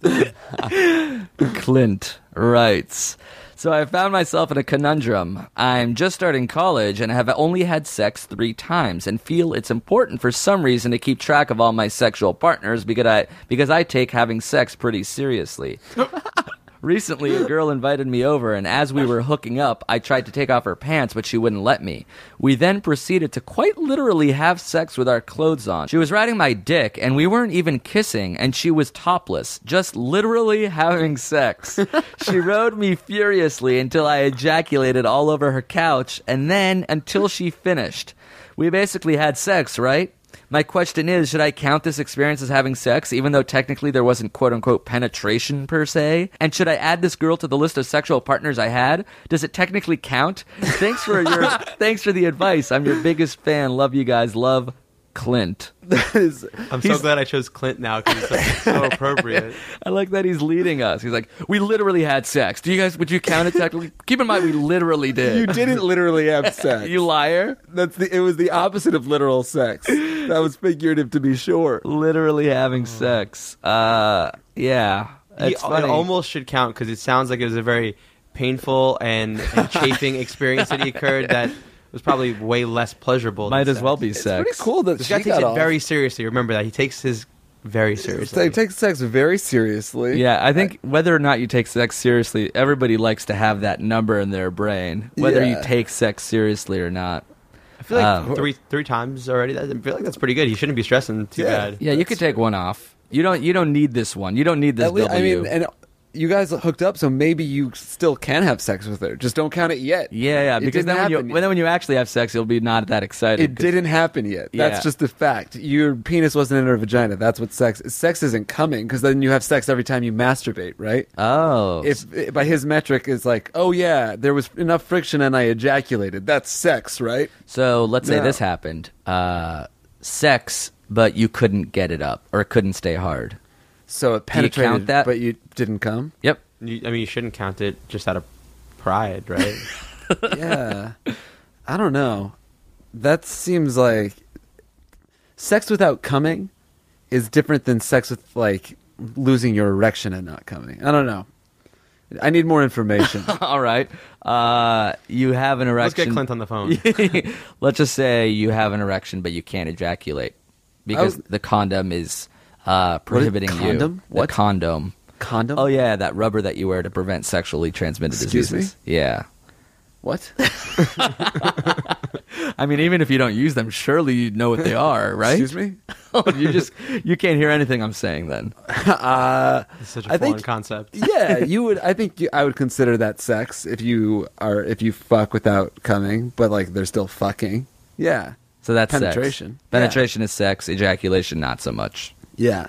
S6: Clint writes. So I found myself in a conundrum. I'm just starting college and have only had sex three times and feel it's important for some reason to keep track of all my sexual partners because I because I take having sex pretty seriously. Recently, a girl invited me over, and as we were hooking up, I tried to take off her pants, but she wouldn't let me. We then proceeded to quite literally have sex with our clothes on. She was riding my dick, and we weren't even kissing, and she was topless, just literally [laughs] having sex. she rode me furiously until I ejaculated all over her couch, and then until she finished. We basically had sex, right? My question is, should I count this experience as having sex, even though technically there wasn't quote unquote penetration per se? And should I add this girl to the list of sexual partners I had? Does it technically count? Thanks for
S9: [laughs]
S6: your thanks for the advice. I'm your biggest fan. Love you guys. Love Clint.
S9: I'm so glad I chose Clint now because it's
S5: [laughs]
S9: so appropriate.
S6: I like that he's leading us. He's like, we literally had sex. Do you guys would you count it
S9: [laughs]
S6: technically? Keep in mind we literally
S5: you
S6: did.
S5: didn't literally [laughs] have sex.
S6: you liar.
S5: That's the. It was the opposite of literal sex. That was figurative, to be sure.
S6: Literally having sex. Uh yeah.
S9: Oh. He-
S6: It's funny.
S9: uh, It almost should count because it sounds like it was a very painful and,
S6: [laughs]
S9: and chafing experience that he occurred that was probably way less pleasurable. than
S6: might as
S9: sex.
S6: well be sex.
S5: Pretty cool that
S9: This
S5: she
S9: guy takes
S5: got
S9: it
S5: off.
S9: very seriously. Remember that he takes his very seriously.
S5: He takes sex very seriously.
S6: Yeah, I think whether or not you take sex seriously, everybody likes to have that number in their brain, whether you
S5: Yeah.
S6: take sex seriously or not.
S9: I feel like
S6: Um,
S9: three three times already. That, I feel like that's pretty good. He shouldn't be stressing too
S5: Yeah.
S9: bad.
S6: Yeah, you could take one off. You don't. You don't need this one. You don't need this
S5: At least, I
S6: W.
S5: mean, and you guys hooked up, so maybe you still can have sex with her. Just don't count it yet.
S6: yeah, yeah.
S5: It
S6: Because
S5: didn't
S6: then when, you,
S5: happen yet.
S6: when then when you actually have sex, you'll be not that excited.
S5: it
S6: 'cause-
S5: didn't happen yet. That's
S6: Yeah.
S5: just the fact. Your penis wasn't in her vagina. That's what sex. Sex isn't coming because then you have sex every time you masturbate, right?
S6: Oh,
S5: if, if by his metric is like, oh yeah, there was enough friction and I ejaculated. That's sex, right?
S6: so let's say
S5: No.
S6: this happened. Uh, sex, but you couldn't get it up or it couldn't stay hard.
S5: So
S6: you
S5: it
S6: count
S5: penetrated,
S6: that?
S5: but you didn't come.
S6: Yep. [laughs]
S9: You, I mean, you shouldn't count it just out of pride, right?
S5: yeah, [laughs] I don't know. That seems like sex without coming is different than sex with like losing your erection and not coming. I don't know. I need more information.
S6: All right. Uh, you have an
S9: Let's
S6: erection.
S9: get Clint on the
S6: [laughs]
S9: phone.
S6: Let's just say you have an erection, but you can't ejaculate because
S5: was-
S6: the condom Oh. is uh, prohibiting
S5: condom?
S6: you.
S5: What?
S6: The condom.
S5: Condom.
S6: Oh yeah, that rubber that you wear to prevent sexually transmitted
S5: Excuse
S6: diseases. Yeah.
S5: What?
S6: I mean, even if you don't use them, surely you know [laughs] what they are, right?
S5: Excuse me?
S6: you just you can't hear anything I'm saying. Then
S9: It's such a
S5: I
S9: foreign
S5: think-
S9: concept.
S5: yeah, you would. I think you, I would consider that sex if you are if you fuck without coming, but like they're still fucking. Yeah.
S6: so that's sex.
S5: penetration.
S6: Penetration is sex. Ejaculation, not so much.
S5: Yeah.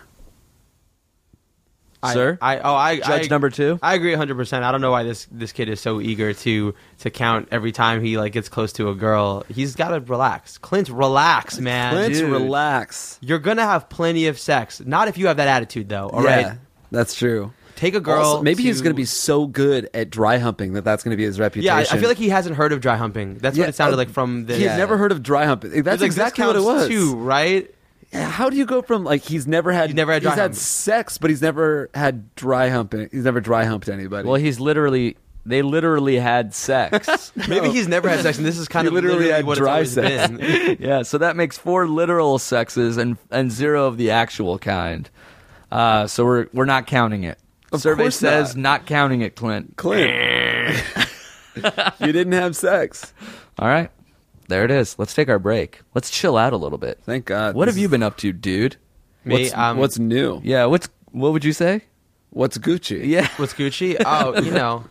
S6: Sir,
S9: I oh I
S6: Judge
S9: I-
S6: number two?
S9: I agree 100. percent I don't know why this this kid is so eager to to count every time he like gets close to a girl. He's got to relax. Clint, relax, man.
S5: Clint,
S9: Dude.
S5: relax.
S9: You're gonna have plenty of sex. Not if you have that attitude though. All right,
S5: Yeah, that's true.
S9: take a girl.
S5: Also, maybe he's
S9: to-
S5: going to be so good at dry humping that that's going to be his reputation.
S9: Yeah, I, I feel like he hasn't heard of dry humping. That's
S5: Yeah,
S9: what it sounded
S5: uh,
S9: like from the.
S5: he's never heard of dry humping. That's
S9: It's like, this
S5: exactly what it
S9: counts
S5: was.
S9: Too right.
S5: How do you go from like he's never had
S9: He's never had dry
S5: he's had
S9: humping.
S5: sex, but he's never had dry humping. He's never dry humped anybody.
S6: well, he's literally they literally had [laughs] sex.
S9: Maybe he's never had sex, and this is
S5: [laughs]
S9: kind
S5: He
S9: of
S5: literally
S9: literally,
S5: had
S9: what
S5: dry
S9: it's always
S5: sex. [laughs]
S9: been.
S6: yeah, so that makes four literal sexes and and zero of the actual kind. Uh, so we're we're not counting it. Survey
S5: course
S6: says not. counting it, Clint.
S5: Clint, you didn't have sex.
S6: All right, there it is. Let's take our break. Let's chill out a little bit.
S5: Thank God.
S6: What
S5: This
S6: have you been up to, dude?
S9: [laughs] Me,
S5: What's,
S9: um,
S5: what's new?
S6: Yeah, what's what would you say?
S5: What's Gucci?
S6: Yeah.
S9: What's Gucci? Oh,
S5: [laughs]
S9: you know,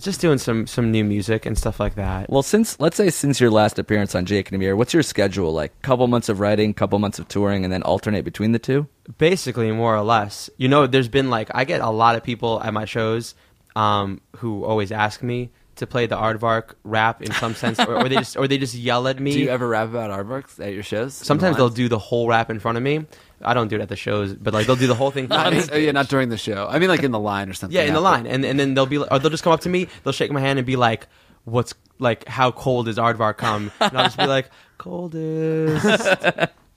S9: just doing some some new music and stuff like that.
S6: Well, since let's say since your last appearance on Jake and Amir, what's your schedule like? Couple months of writing, couple months of touring, and then alternate between the two.
S9: Basically, more or less. You know, there's been like I get a lot of people at my shows um, who always ask me to play the aardvark rap in some sense, or, or they just or they just yell at
S10: [laughs]
S9: me.
S10: Do you ever rap about aardvarks at your shows?
S9: Sometimes they'll do the whole rap in front of me. I don't do it at the shows, but like they'll do the
S10: [laughs]
S9: whole thing. for me.
S10: Not, oh, yeah, not during the show. I mean, like in the line or something.
S9: Yeah, in the
S10: after.
S9: line, and and then they'll be, like- or they'll just come up to me, they'll shake my hand and be like, "What's like? How cold is Aardvark come?" And I'll just be
S10: [laughs]
S9: like, "Coldest."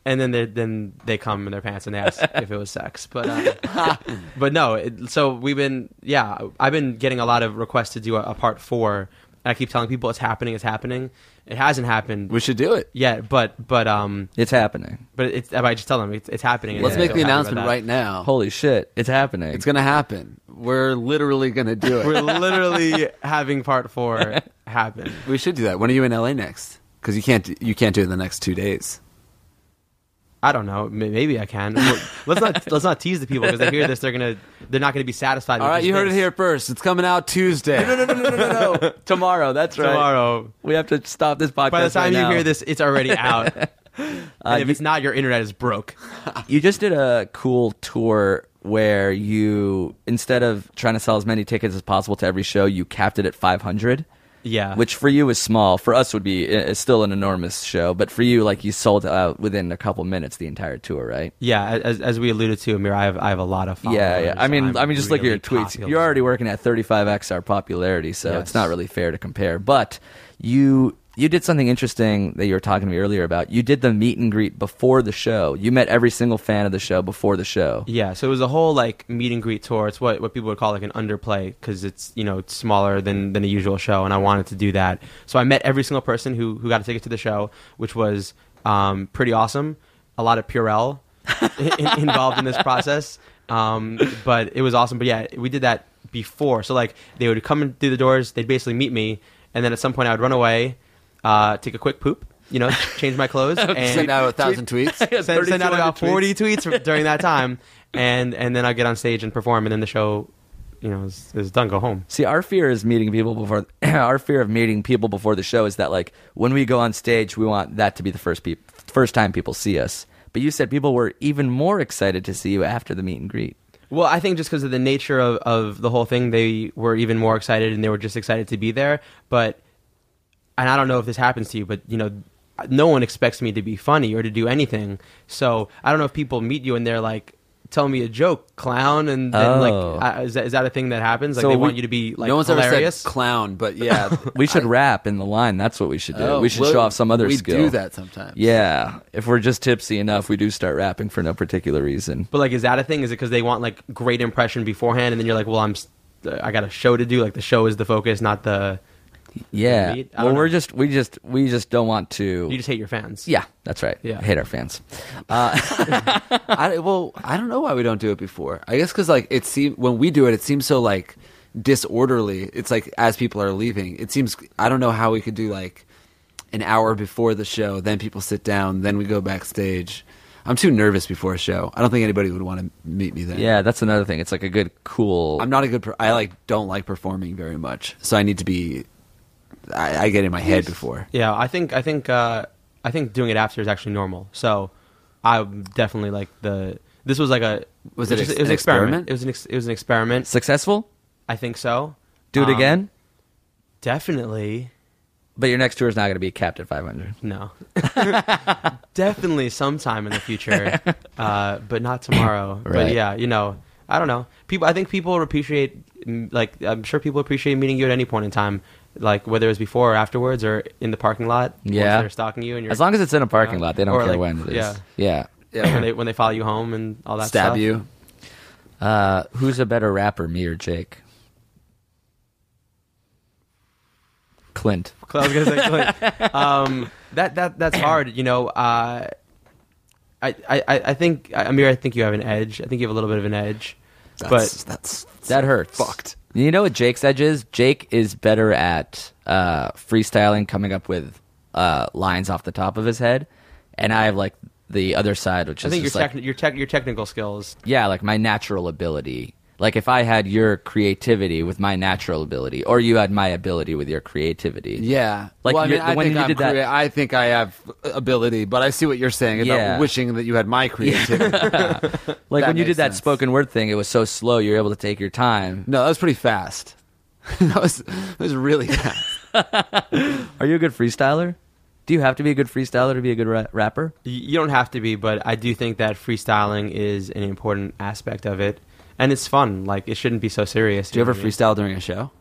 S9: and then they then they come in their pants and they ask if it was sex, but
S10: [laughs]
S9: uh, but no. It, so we've been, yeah, I've been getting a lot of requests to do a, a part four. And I keep telling people it's happening, it's happening. It hasn't happened
S10: We should do it.
S9: yet, but but um,
S6: It's happening.
S9: but it's. I just tell them it's, it's happening. and
S10: Let's
S9: they're
S10: make the
S9: so happy about
S10: announcement
S9: that.
S10: right now.
S6: Holy shit, it's happening.
S10: It's gonna happen. We're literally gonna do
S9: We're
S10: it.
S9: literally having part four happen.
S10: [laughs] we should do that. When are you in LA next? Because you can't you can't do it in the next two days.
S9: I don't know. May- Maybe I can. Well, let's not let's not tease the people because they hear this, they're gonna they're not gonna be satisfied.
S10: All
S9: with
S10: right,
S9: just
S10: you heard it
S9: this.
S10: here first. It's coming out Tuesday.
S6: no, no, no, no, no, no. Tomorrow. That's right.
S9: tomorrow.
S6: We have to stop this podcast.
S9: By the time
S6: right
S9: you
S6: now. Uh,
S9: hear this, it's
S6: [laughs]
S9: already out. and if it's not, your internet is broke.
S6: You just did a cool tour where you, instead of trying to sell as many tickets as possible to every show, you capped it at 500.
S9: Yeah.
S6: Which for you is small. For us would be uh, still an enormous show, but for you, like you sold out within a couple minutes the entire tour, right?
S9: Yeah, as, as we alluded to, Amir, I have I have a lot of followers.
S6: yeah, yeah. I mean,
S9: I'm
S6: i mean, just look at your
S9: really
S6: tweets.
S9: popular.
S6: You're already working at 35x our popularity, so
S9: Yes.
S6: it's not really fair to compare. But you you did something interesting that you were talking to me earlier about. You did the meet and greet before the show. You met every single fan of the show before the show.
S9: Yeah, so it was a whole like meet and greet tour. It's what, what people would call like an underplay because it's you know it's smaller than than a usual show, and I wanted to do that. So I met every single person who who got a ticket to the show, which was um, pretty awesome. A lot of Purell [laughs] in, involved in this process, um, but it was awesome. But yeah, we did that before, so like they would come in through the doors, they'd basically meet me, and then at some point I would run away, uh, take a quick poop, you know, [laughs] change
S10: [laughs]
S9: my clothes, and
S10: Send out a thousand
S9: [laughs]
S10: tweets.
S9: send, send out about 40 tweets during [laughs] that time and and then i get on stage and perform and then the show you know is, is done go home
S6: See, our fear is meeting people before [clears throat] our fear of meeting people before the show is that like when we go on stage, we want that to be the first peop first time people see us. But you said people were even more excited to see you after the meet and greet.
S9: well i think just because of the nature of, of the whole thing they were even more excited and they were just excited to be there but and i don't know if this happens to you but you know no one expects me to be funny or to do anything so i don't know if people meet you and they're like tell me a joke clown and then
S6: Oh.
S9: like I, is, that, is that a thing that happens like
S6: So
S9: they
S6: we-
S9: want you to be like
S10: no one's ever
S9: hilarious
S10: said clown, but yeah,
S6: We should rap in the line. That's what we should do.
S10: Oh,
S6: we should
S10: well,
S6: show off some other
S10: we
S6: skill.
S10: do that sometimes.
S6: Yeah, if we're just tipsy enough, we do start rapping for no particular reason.
S9: But like, is that a thing? Is it because they want like great impression beforehand, and then you're like, well, I'm, s- uh, I got a show to do. Like the show is the focus, not the.
S6: Yeah.
S9: Indeed. I
S6: Well,
S9: don't
S6: we're
S9: know.
S6: just we just we just don't want to.
S9: You just hate your fans.
S6: yeah, that's right.
S9: Yeah.
S6: hate our fans.
S10: I, well, I don't know why we don't do it before. I guess because like it seems when we do it, it seems so like
S5: disorderly. It's like as people are leaving. It seems I don't know how we could do like an hour before the show, then people sit down, then we go backstage. I'm too nervous before a show. I don't think anybody would want to meet me there.
S6: Yeah, that's another thing. It's like a good, cool.
S5: I'm not a good. Per- I like don't like performing very much, so I need to be. I, I get in my head before.
S9: Yeah, I think I think uh, I think doing it after is actually normal. So I'm definitely like the. This was like a
S5: Was it
S9: just-
S5: ex-
S9: it was
S5: an experiment?
S9: It was an ex- it was an experiment.
S6: Successful?
S9: I think so.
S6: Do it
S9: Um,
S6: again?
S9: Definitely
S6: But your next tour is not going to be capped at 500.
S9: no. [laughs] definitely sometime in the future, uh, but not tomorrow. But
S6: Right.
S9: yeah, you know, I don't know. People, I think people appreciate mm, like I'm sure people appreciate meeting you at any point in time, like whether it was before or afterwards or in the parking lot. once
S6: Yeah.
S9: they're stalking you and you're
S6: As long as it's in a parking lot, they don't
S9: Or,
S6: care
S9: like,
S6: when it is.
S9: yeah.
S6: Yeah.
S9: yeah, when they when they follow you home and all that
S5: Stab
S9: stuff.
S5: you.
S6: Uh, who's a better rapper, me or Jake? Clint.
S9: I was gonna say, like, um, that that that's hard. You know, uh, I, I I I think I- Amir, I think you have an edge. I think you have a little bit of an edge,
S5: That's,
S9: but
S5: that's
S6: That hurts.
S5: fucked.
S6: You know what Jake's edge is? Jake is better at uh, freestyling, coming up with uh, lines off the top of his head, and I have like the other side, which
S9: I
S6: is
S9: think your
S6: just,
S9: tech
S6: like,
S9: your tech your technical skills.
S6: yeah, like my natural ability. Like if I had your creativity with my natural ability, or you had my ability with your creativity.
S5: Yeah.
S6: Like,
S5: well, I
S6: you're-
S5: mean,
S6: the
S5: I
S6: one
S5: think
S6: you
S5: I'm
S6: did that-
S5: crea- I think I have ability, but I see what you're saying about
S6: Yeah.
S5: wishing that you had my creativity.
S6: [laughs] like
S5: that
S6: when you did
S5: makes
S6: that
S5: sense.
S6: spoken word thing, it was so slow. You were able to take your time.
S5: no, that was pretty fast. [laughs] that was that was really fast.
S6: Are you a good freestyler? Do you have to be a good freestyler to be a good ra- rapper?
S9: Y- You don't have to be, but I do think that freestyling is an important aspect of it, and it's fun. Like it shouldn't be so serious.
S5: Do you ever
S9: know what I mean?
S5: freestyle during a show?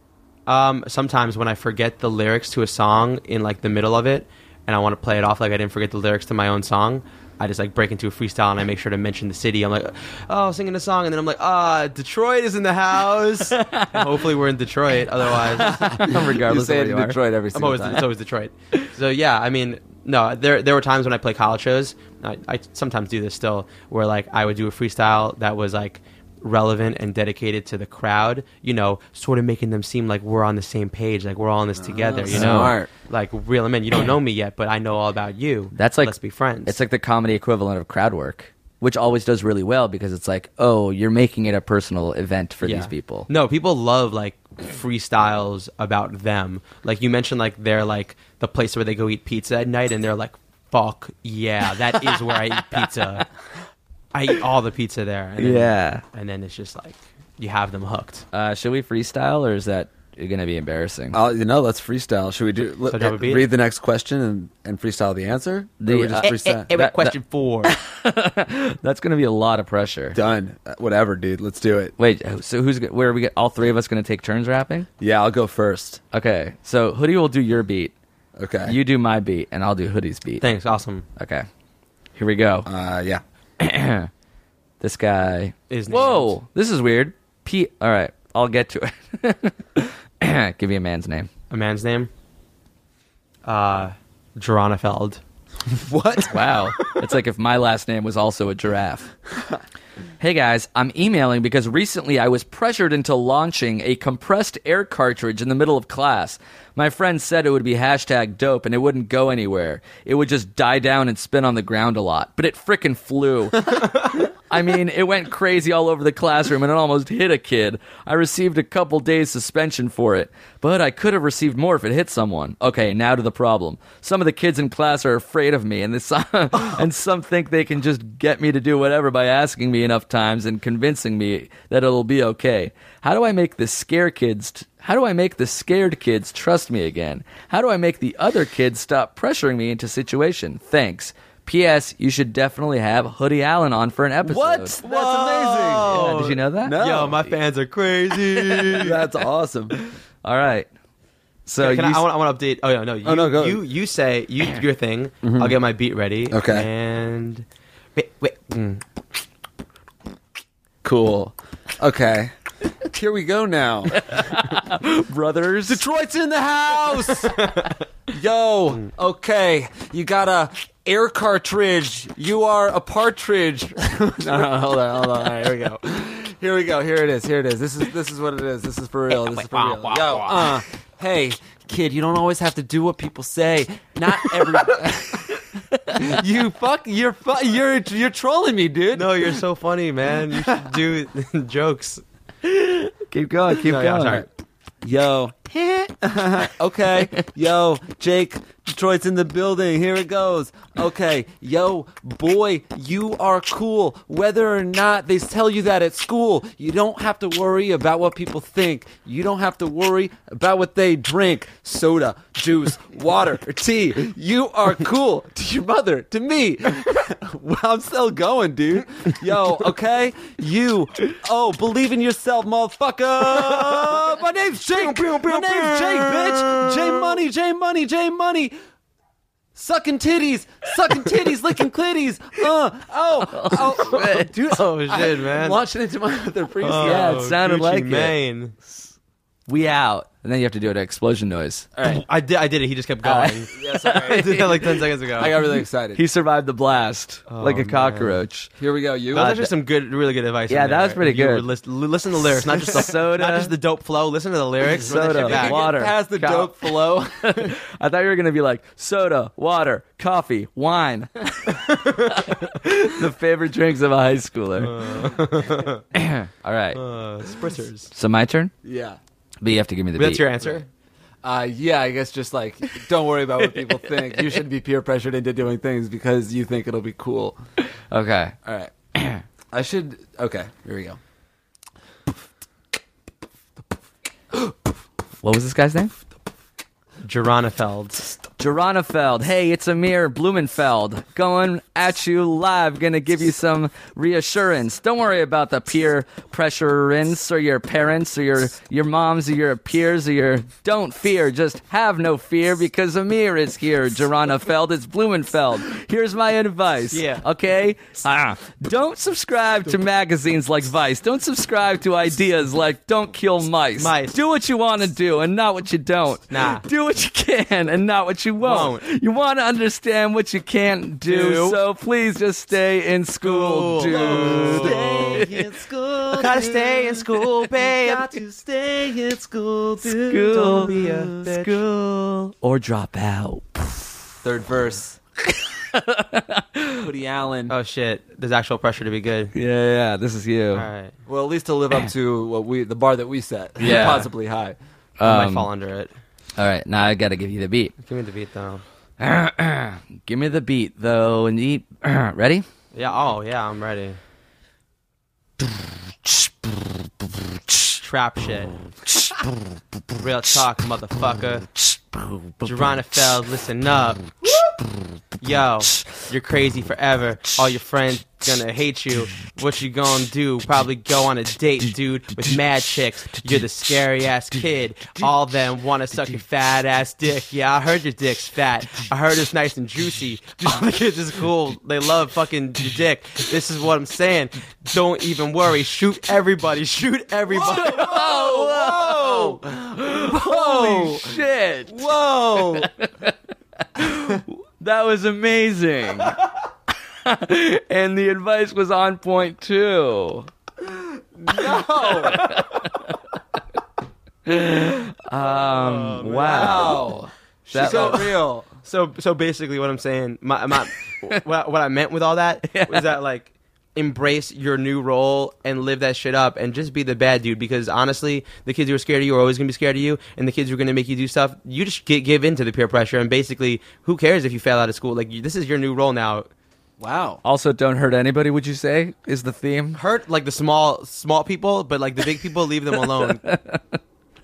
S9: Um, sometimes when I forget the lyrics to a song in like the middle of it, and I want to play it off like I didn't forget the lyrics to my own song, I just like break into a freestyle and I make sure to mention the city. I'm like, oh, I was singing a song, and then I'm like, ah, Detroit is in the
S5: [laughs]
S9: house. And hopefully we're in Detroit. Otherwise, [laughs]
S6: Regardless
S5: you
S6: of
S5: say
S6: where
S5: it in
S6: you are.
S5: Detroit every
S9: I'm
S5: single
S9: always
S5: time.
S9: it's always Detroit. So yeah, I mean, no, there there were times when I play college shows. I, I sometimes do this still, where like I would do a freestyle that was like relevant and dedicated to the crowd. You know, sort of making them seem like we're on the same page, like we're all in this together. you know,
S5: smart.
S9: like reel them in. You don't know me yet, but I know all about you.
S6: That's like
S9: let's be friends.
S6: It's like the comedy equivalent of crowd work, which always does really well because it's like, oh, you're making it a personal event for
S9: Yeah.
S6: these people.
S9: No, people love like freestyles about them. Like you mentioned, like they're like the place where they go eat pizza at night, and they're like, "Fuck yeah, that is where I
S6: [laughs]
S9: eat pizza. I eat all the pizza there." And then,
S6: Yeah.
S9: and then it's just like you have them hooked.
S6: Uh, should we freestyle or is that going to be embarrassing?
S5: Oh, you know, let's freestyle. Should we do? let-
S9: drop a beat?
S5: read the next question and, and freestyle the answer. Or
S6: The,
S5: we just
S6: uh,
S5: freestyle.
S9: Every
S6: that-
S9: question
S6: [laughs]
S9: four.
S6: That's going to be a lot of pressure.
S5: Done. Uh, Whatever, dude. Let's do it.
S6: Wait, so who's go- where are we? go- All three of us going to take turns rapping?
S5: Yeah, I'll go first.
S6: Okay, so Hoodie will do your beat,
S5: Okay.
S6: you do my beat, and I'll do Hoodie's beat.
S9: Thanks, awesome.
S6: Okay, here we go.
S5: Uh, yeah. [laughs]
S6: this guy.
S9: Is
S6: Whoa,
S9: named.
S6: this is weird. Pete. All right, I'll get to it. [laughs] Give me a man's name.
S9: A man's name, uh, Geronifeld.
S5: What?
S6: Wow. it's like if my last name was also a giraffe. hey guys, I'm emailing because recently I was pressured into launching a compressed air cartridge in the middle of class. My friend said it would be hashtag dope and it wouldn't go anywhere. It would just die down and spin on the ground a lot. But it frickin' flew. I mean, it went crazy all over the classroom and it almost hit a kid. I received a couple days suspension for it, but I could have received more if it hit someone. Okay, now to the problem. Some of the kids in class are afraid of me, and this, [laughs] and some think they can just get me to do whatever by asking me enough times and convincing me that it'll be okay. How do I make the scare kids? T- how do I make the scared kids trust me again? How do I make the other kids stop pressuring me into situation? Thanks. P.S. You should definitely have Hoodie Allen on for an episode.
S5: What? That's amazing.
S6: Oh, Yeah, did you know that?
S5: No.
S9: Yo, my fans are crazy.
S5: That's awesome.
S6: All right. So
S9: Can I,
S6: you,
S9: I, want, I want to update. Oh yeah, no. You,
S5: Oh, no, go.
S9: You you say you do
S6: [clears throat]
S9: your thing.
S6: Mm-hmm.
S9: I'll get my beat ready.
S5: Okay.
S9: And wait, wait. Mm.
S5: Cool. Okay. Here we go now.
S6: brothers.
S5: Detroit's in the house. Yo. Okay. You got a air [laughs] cartridge. You are a partridge. no, no, hold on, hold on. All right, here we go. Here we go. Here it is. Here it is. This is this is what it is. This is for real. This is for real. Yo, uh, hey, kid, you don't always have to do what people say. Not every. [laughs] you fuck. You're fu- You're you're trolling me, dude.
S9: No, you're so funny, man. You should do [laughs] jokes.
S6: Keep going. Keep
S9: No,
S6: going.
S9: yeah, I'm sorry.
S5: Yo. okay. Yo, Jake, Detroit's in the building. Here it goes. Okay. Yo, boy, you are cool. Whether or not they tell you that at school, you don't have to worry about what people think. You don't have to worry about what they drink soda, juice, water, or tea. You are cool to your mother, to me. [laughs] well, I'm still going, dude. Yo, okay? You. Oh, believe in yourself, motherfucker. My name's Jake. My name's Jake, bitch. J Money, J Money, J Money. Sucking titties, sucking titties, licking clitties. Uh, oh, oh, oh, dude.
S9: Oh, shit,
S5: I-
S9: man. Oh.
S5: Launching into my other priest.
S6: Yeah, it sounded
S9: Gucci
S6: like it.
S9: Mane.
S6: We out. And then you have to do an explosion noise.
S9: I did. I did it. He just kept going.
S6: [laughs]
S9: [laughs] I did that like ten seconds ago.
S5: I got really excited.
S6: He survived the blast like a cockroach.
S5: Here we go. You.
S9: that was actually some good, really good advice.
S6: Yeah,
S9: in there.
S6: that was pretty
S9: You
S6: good.
S9: were lis- li- listen to the lyrics,
S6: [laughs]
S9: not just the
S6: Soda.
S9: not just the dope flow. Listen to the lyrics. Run that
S6: Soda,
S9: shit back.
S6: water,
S5: Past the
S6: cow-
S5: dope flow.
S6: [laughs] I thought you were gonna be like soda, water, coffee, wine. [laughs] the favorite drinks of a high schooler. [clears throat] All right.
S9: Uh, spritzers.
S6: So my turn.
S5: yeah.
S6: But you have to give me the
S9: That's
S6: beat.
S9: your answer.
S5: Uh, yeah, I guess just like don't worry about
S6: [laughs]
S5: what people think. You shouldn't be peer pressured into doing things because you think it'll be cool.
S6: okay.
S5: All right. [clears throat] I should. Okay. Here we go.
S6: What was this guy's name?
S9: Geronefeld.
S6: Geronefeld. Hey, it's Amir Blumenfeld going at you live. Gonna give you some reassurance. Don't worry about the peer pressurance or your parents or your, your moms or your peers or your don't fear. Just have no fear because Amir is here. Geronefeld is Blumenfeld. Here's my advice.
S9: Yeah.
S6: Okay? Ah. Don't subscribe to magazines like Vice. Don't subscribe to ideas like don't kill mice.
S9: Mice.
S6: Do what you want to do and not what you don't.
S9: Nah.
S6: Do what you can and not what you won't. You want to understand what you can't do,
S9: Do.
S6: so please just stay in school, dude. Oh,
S9: Stay in school. Gotta stay in school, babe. Got to stay in school, dude. Don't be a bitch.
S6: school, or drop out.
S5: Third verse. Woody Allen.
S9: Oh shit! There's actual pressure to be good.
S6: Yeah, yeah, this is you.
S9: All right,
S5: [laughs] well, at least to live up to what we the bar that we set.
S6: Yeah.
S5: [laughs] Possibly high.
S9: I
S6: Um,
S9: might fall under it.
S6: All right, now I gotta give you the beat.
S9: Give me the beat though.
S6: Give me the beat, though. And eat. [clears throat] Ready?
S9: Yeah. Oh yeah, I'm ready. Trap shit. Real talk, motherfucker. Geronifeld, listen up. Yo, you're crazy forever. All your friends gonna hate you. What you gonna do? Probably go on a date, dude, with mad chicks. You're the scary ass kid. All them wanna suck your fat ass dick. Yeah, I heard your dick's fat. I heard it's nice and juicy. [laughs] All the kids is cool. They love fucking your dick. This is what I'm saying. Don't even worry. Shoot everybody. Shoot everybody. [laughs]
S6: Oh, whoa! Holy shit! [laughs]
S5: Whoa.
S6: That was
S9: [laughs]
S6: amazing. and the advice was on point too.
S5: Oh,
S6: No. um, wow.
S5: Wow.
S6: That
S5: so
S6: was-
S5: real.
S9: So so basically, what I'm saying, my,
S6: [laughs]
S9: my what, what I meant with all that was that like embrace your new role and live that shit up and just be the bad dude because honestly the kids who are scared of you are always going to be scared of you and the kids who are going to make you do stuff you just get, give in to the peer pressure and basically who cares if you fail out of school like you, this is your new role now
S5: Wow.
S6: Also, don't hurt anybody. Would you say is the theme?
S9: hurt like the small small people but like the big people leave them
S5: [laughs]
S9: alone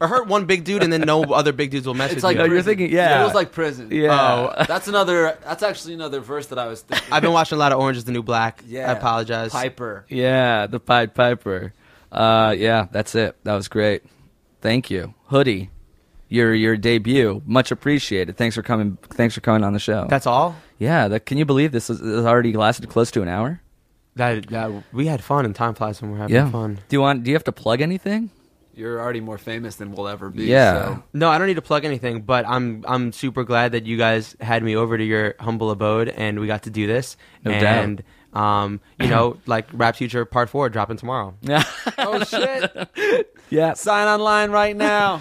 S9: or hurt one big dude and then no other big dudes will mess with
S5: like
S9: you
S6: No, you're
S5: prison.
S6: thinking. Yeah.
S5: It was like prison.
S6: Yeah. [laughs]
S5: Oh, that's another. That's actually another verse that I was thinking.
S9: i've been watching a lot of orange is the new black
S5: Yeah.
S9: i apologize
S5: Piper.
S6: Yeah, the Pied Piper. Uh, yeah, that's it. That was great. Thank you, Hoodie. Your your debut, much appreciated. Thanks for coming. Thanks for coming on the show.
S9: that's all
S6: yeah. That, can you believe this has has already lasted close to an hour?
S9: That, that we had fun and time flies when we're having
S6: Yeah.
S9: fun.
S6: Do you want? Do you have to plug anything?
S5: You're already more famous than we'll ever be.
S6: Yeah.
S5: so-
S9: No, I don't need to plug anything, but I'm I'm super glad that you guys had me over to your humble abode and we got to do this.
S6: No doubt.
S9: and Um, you know, [clears throat] like Rap Future Part Four dropping tomorrow.
S5: Oh shit!
S6: [laughs]
S5: [laughs]
S6: Yeah. Uh,
S5: Sign online right now.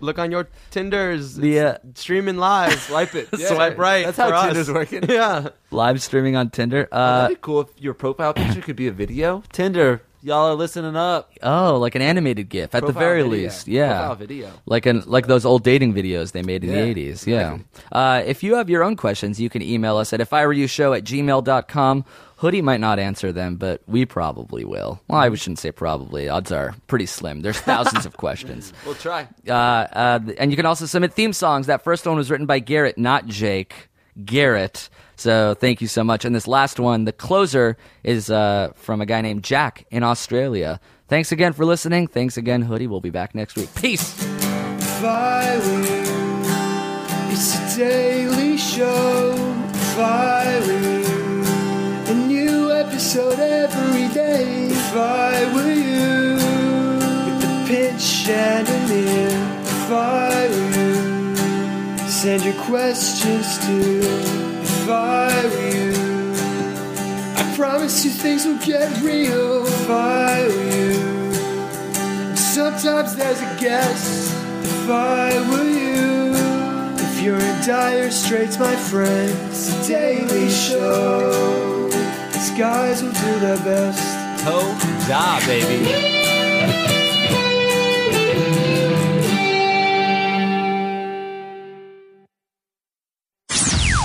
S9: Look on your Tinders.
S6: The, uh,
S9: It's streaming live.
S5: [laughs]
S9: [laughs]
S5: Swipe it. Yeah.
S9: Swipe right.
S5: That's how
S9: for us.
S5: Tinder's working.
S9: Yeah.
S6: Live streaming on Tinder. Uh,
S5: That'd be cool if your profile picture could be a video. Tinder, y'all are listening up.
S6: oh, like an animated GIF at the
S5: Profile
S6: very
S5: video.
S6: least. Yeah.
S5: Profile video.
S6: Like an like those old dating videos they made in
S5: Yeah,
S6: the 80s. Yeah. Uh, if you have your own questions, you can email us at if I were you show at gmail.com. Hoodie might not answer them, but we probably will. Well,
S5: Mm-hmm.
S6: I shouldn't say probably. Odds are pretty slim. There's thousands
S5: [laughs]
S6: of questions.
S5: We'll try.
S6: uh, uh, and you can also submit theme songs. That first one was written by Garrett, not Jake. Garrett. So thank you so much. And this last one, the closer, is uh, from a guy named Jack in Australia. Thanks again for listening. Thanks again, Hoodie. We'll be back next week. Peace.
S11: It's a daily show, Firing. A new episode every day, if I were you. With the pitch chandelier, if I were you. Send your questions to, if I were you. I promise you things will get real, if I were you. Sometimes there's a guess if I were you. If you're in dire straits, my friend, it's a daily show. These guys will do their best.
S5: Toe da, baby.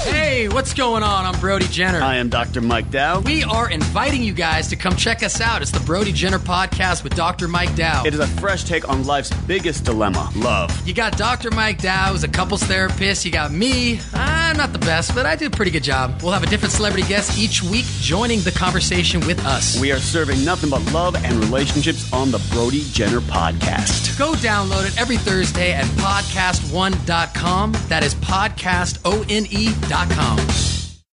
S11: Hey, what's going on? I'm Brody Jenner.
S12: I am Dr. Mike Dow.
S11: We are inviting you guys to come check us out. It's the Brody Jenner podcast with Dr. Mike Dow.
S12: It is a fresh take on life's biggest dilemma love.
S11: You got Dr. Mike Dow, who's a couples therapist. You got me. I'm not the best, but I do a pretty good job. We'll have a different celebrity guest each week joining the conversation with us.
S12: We are serving nothing but love and relationships on the Brody Jenner podcast.
S11: Go download it every Thursday at podcast1.com. That is podcast, O-N-E dot com.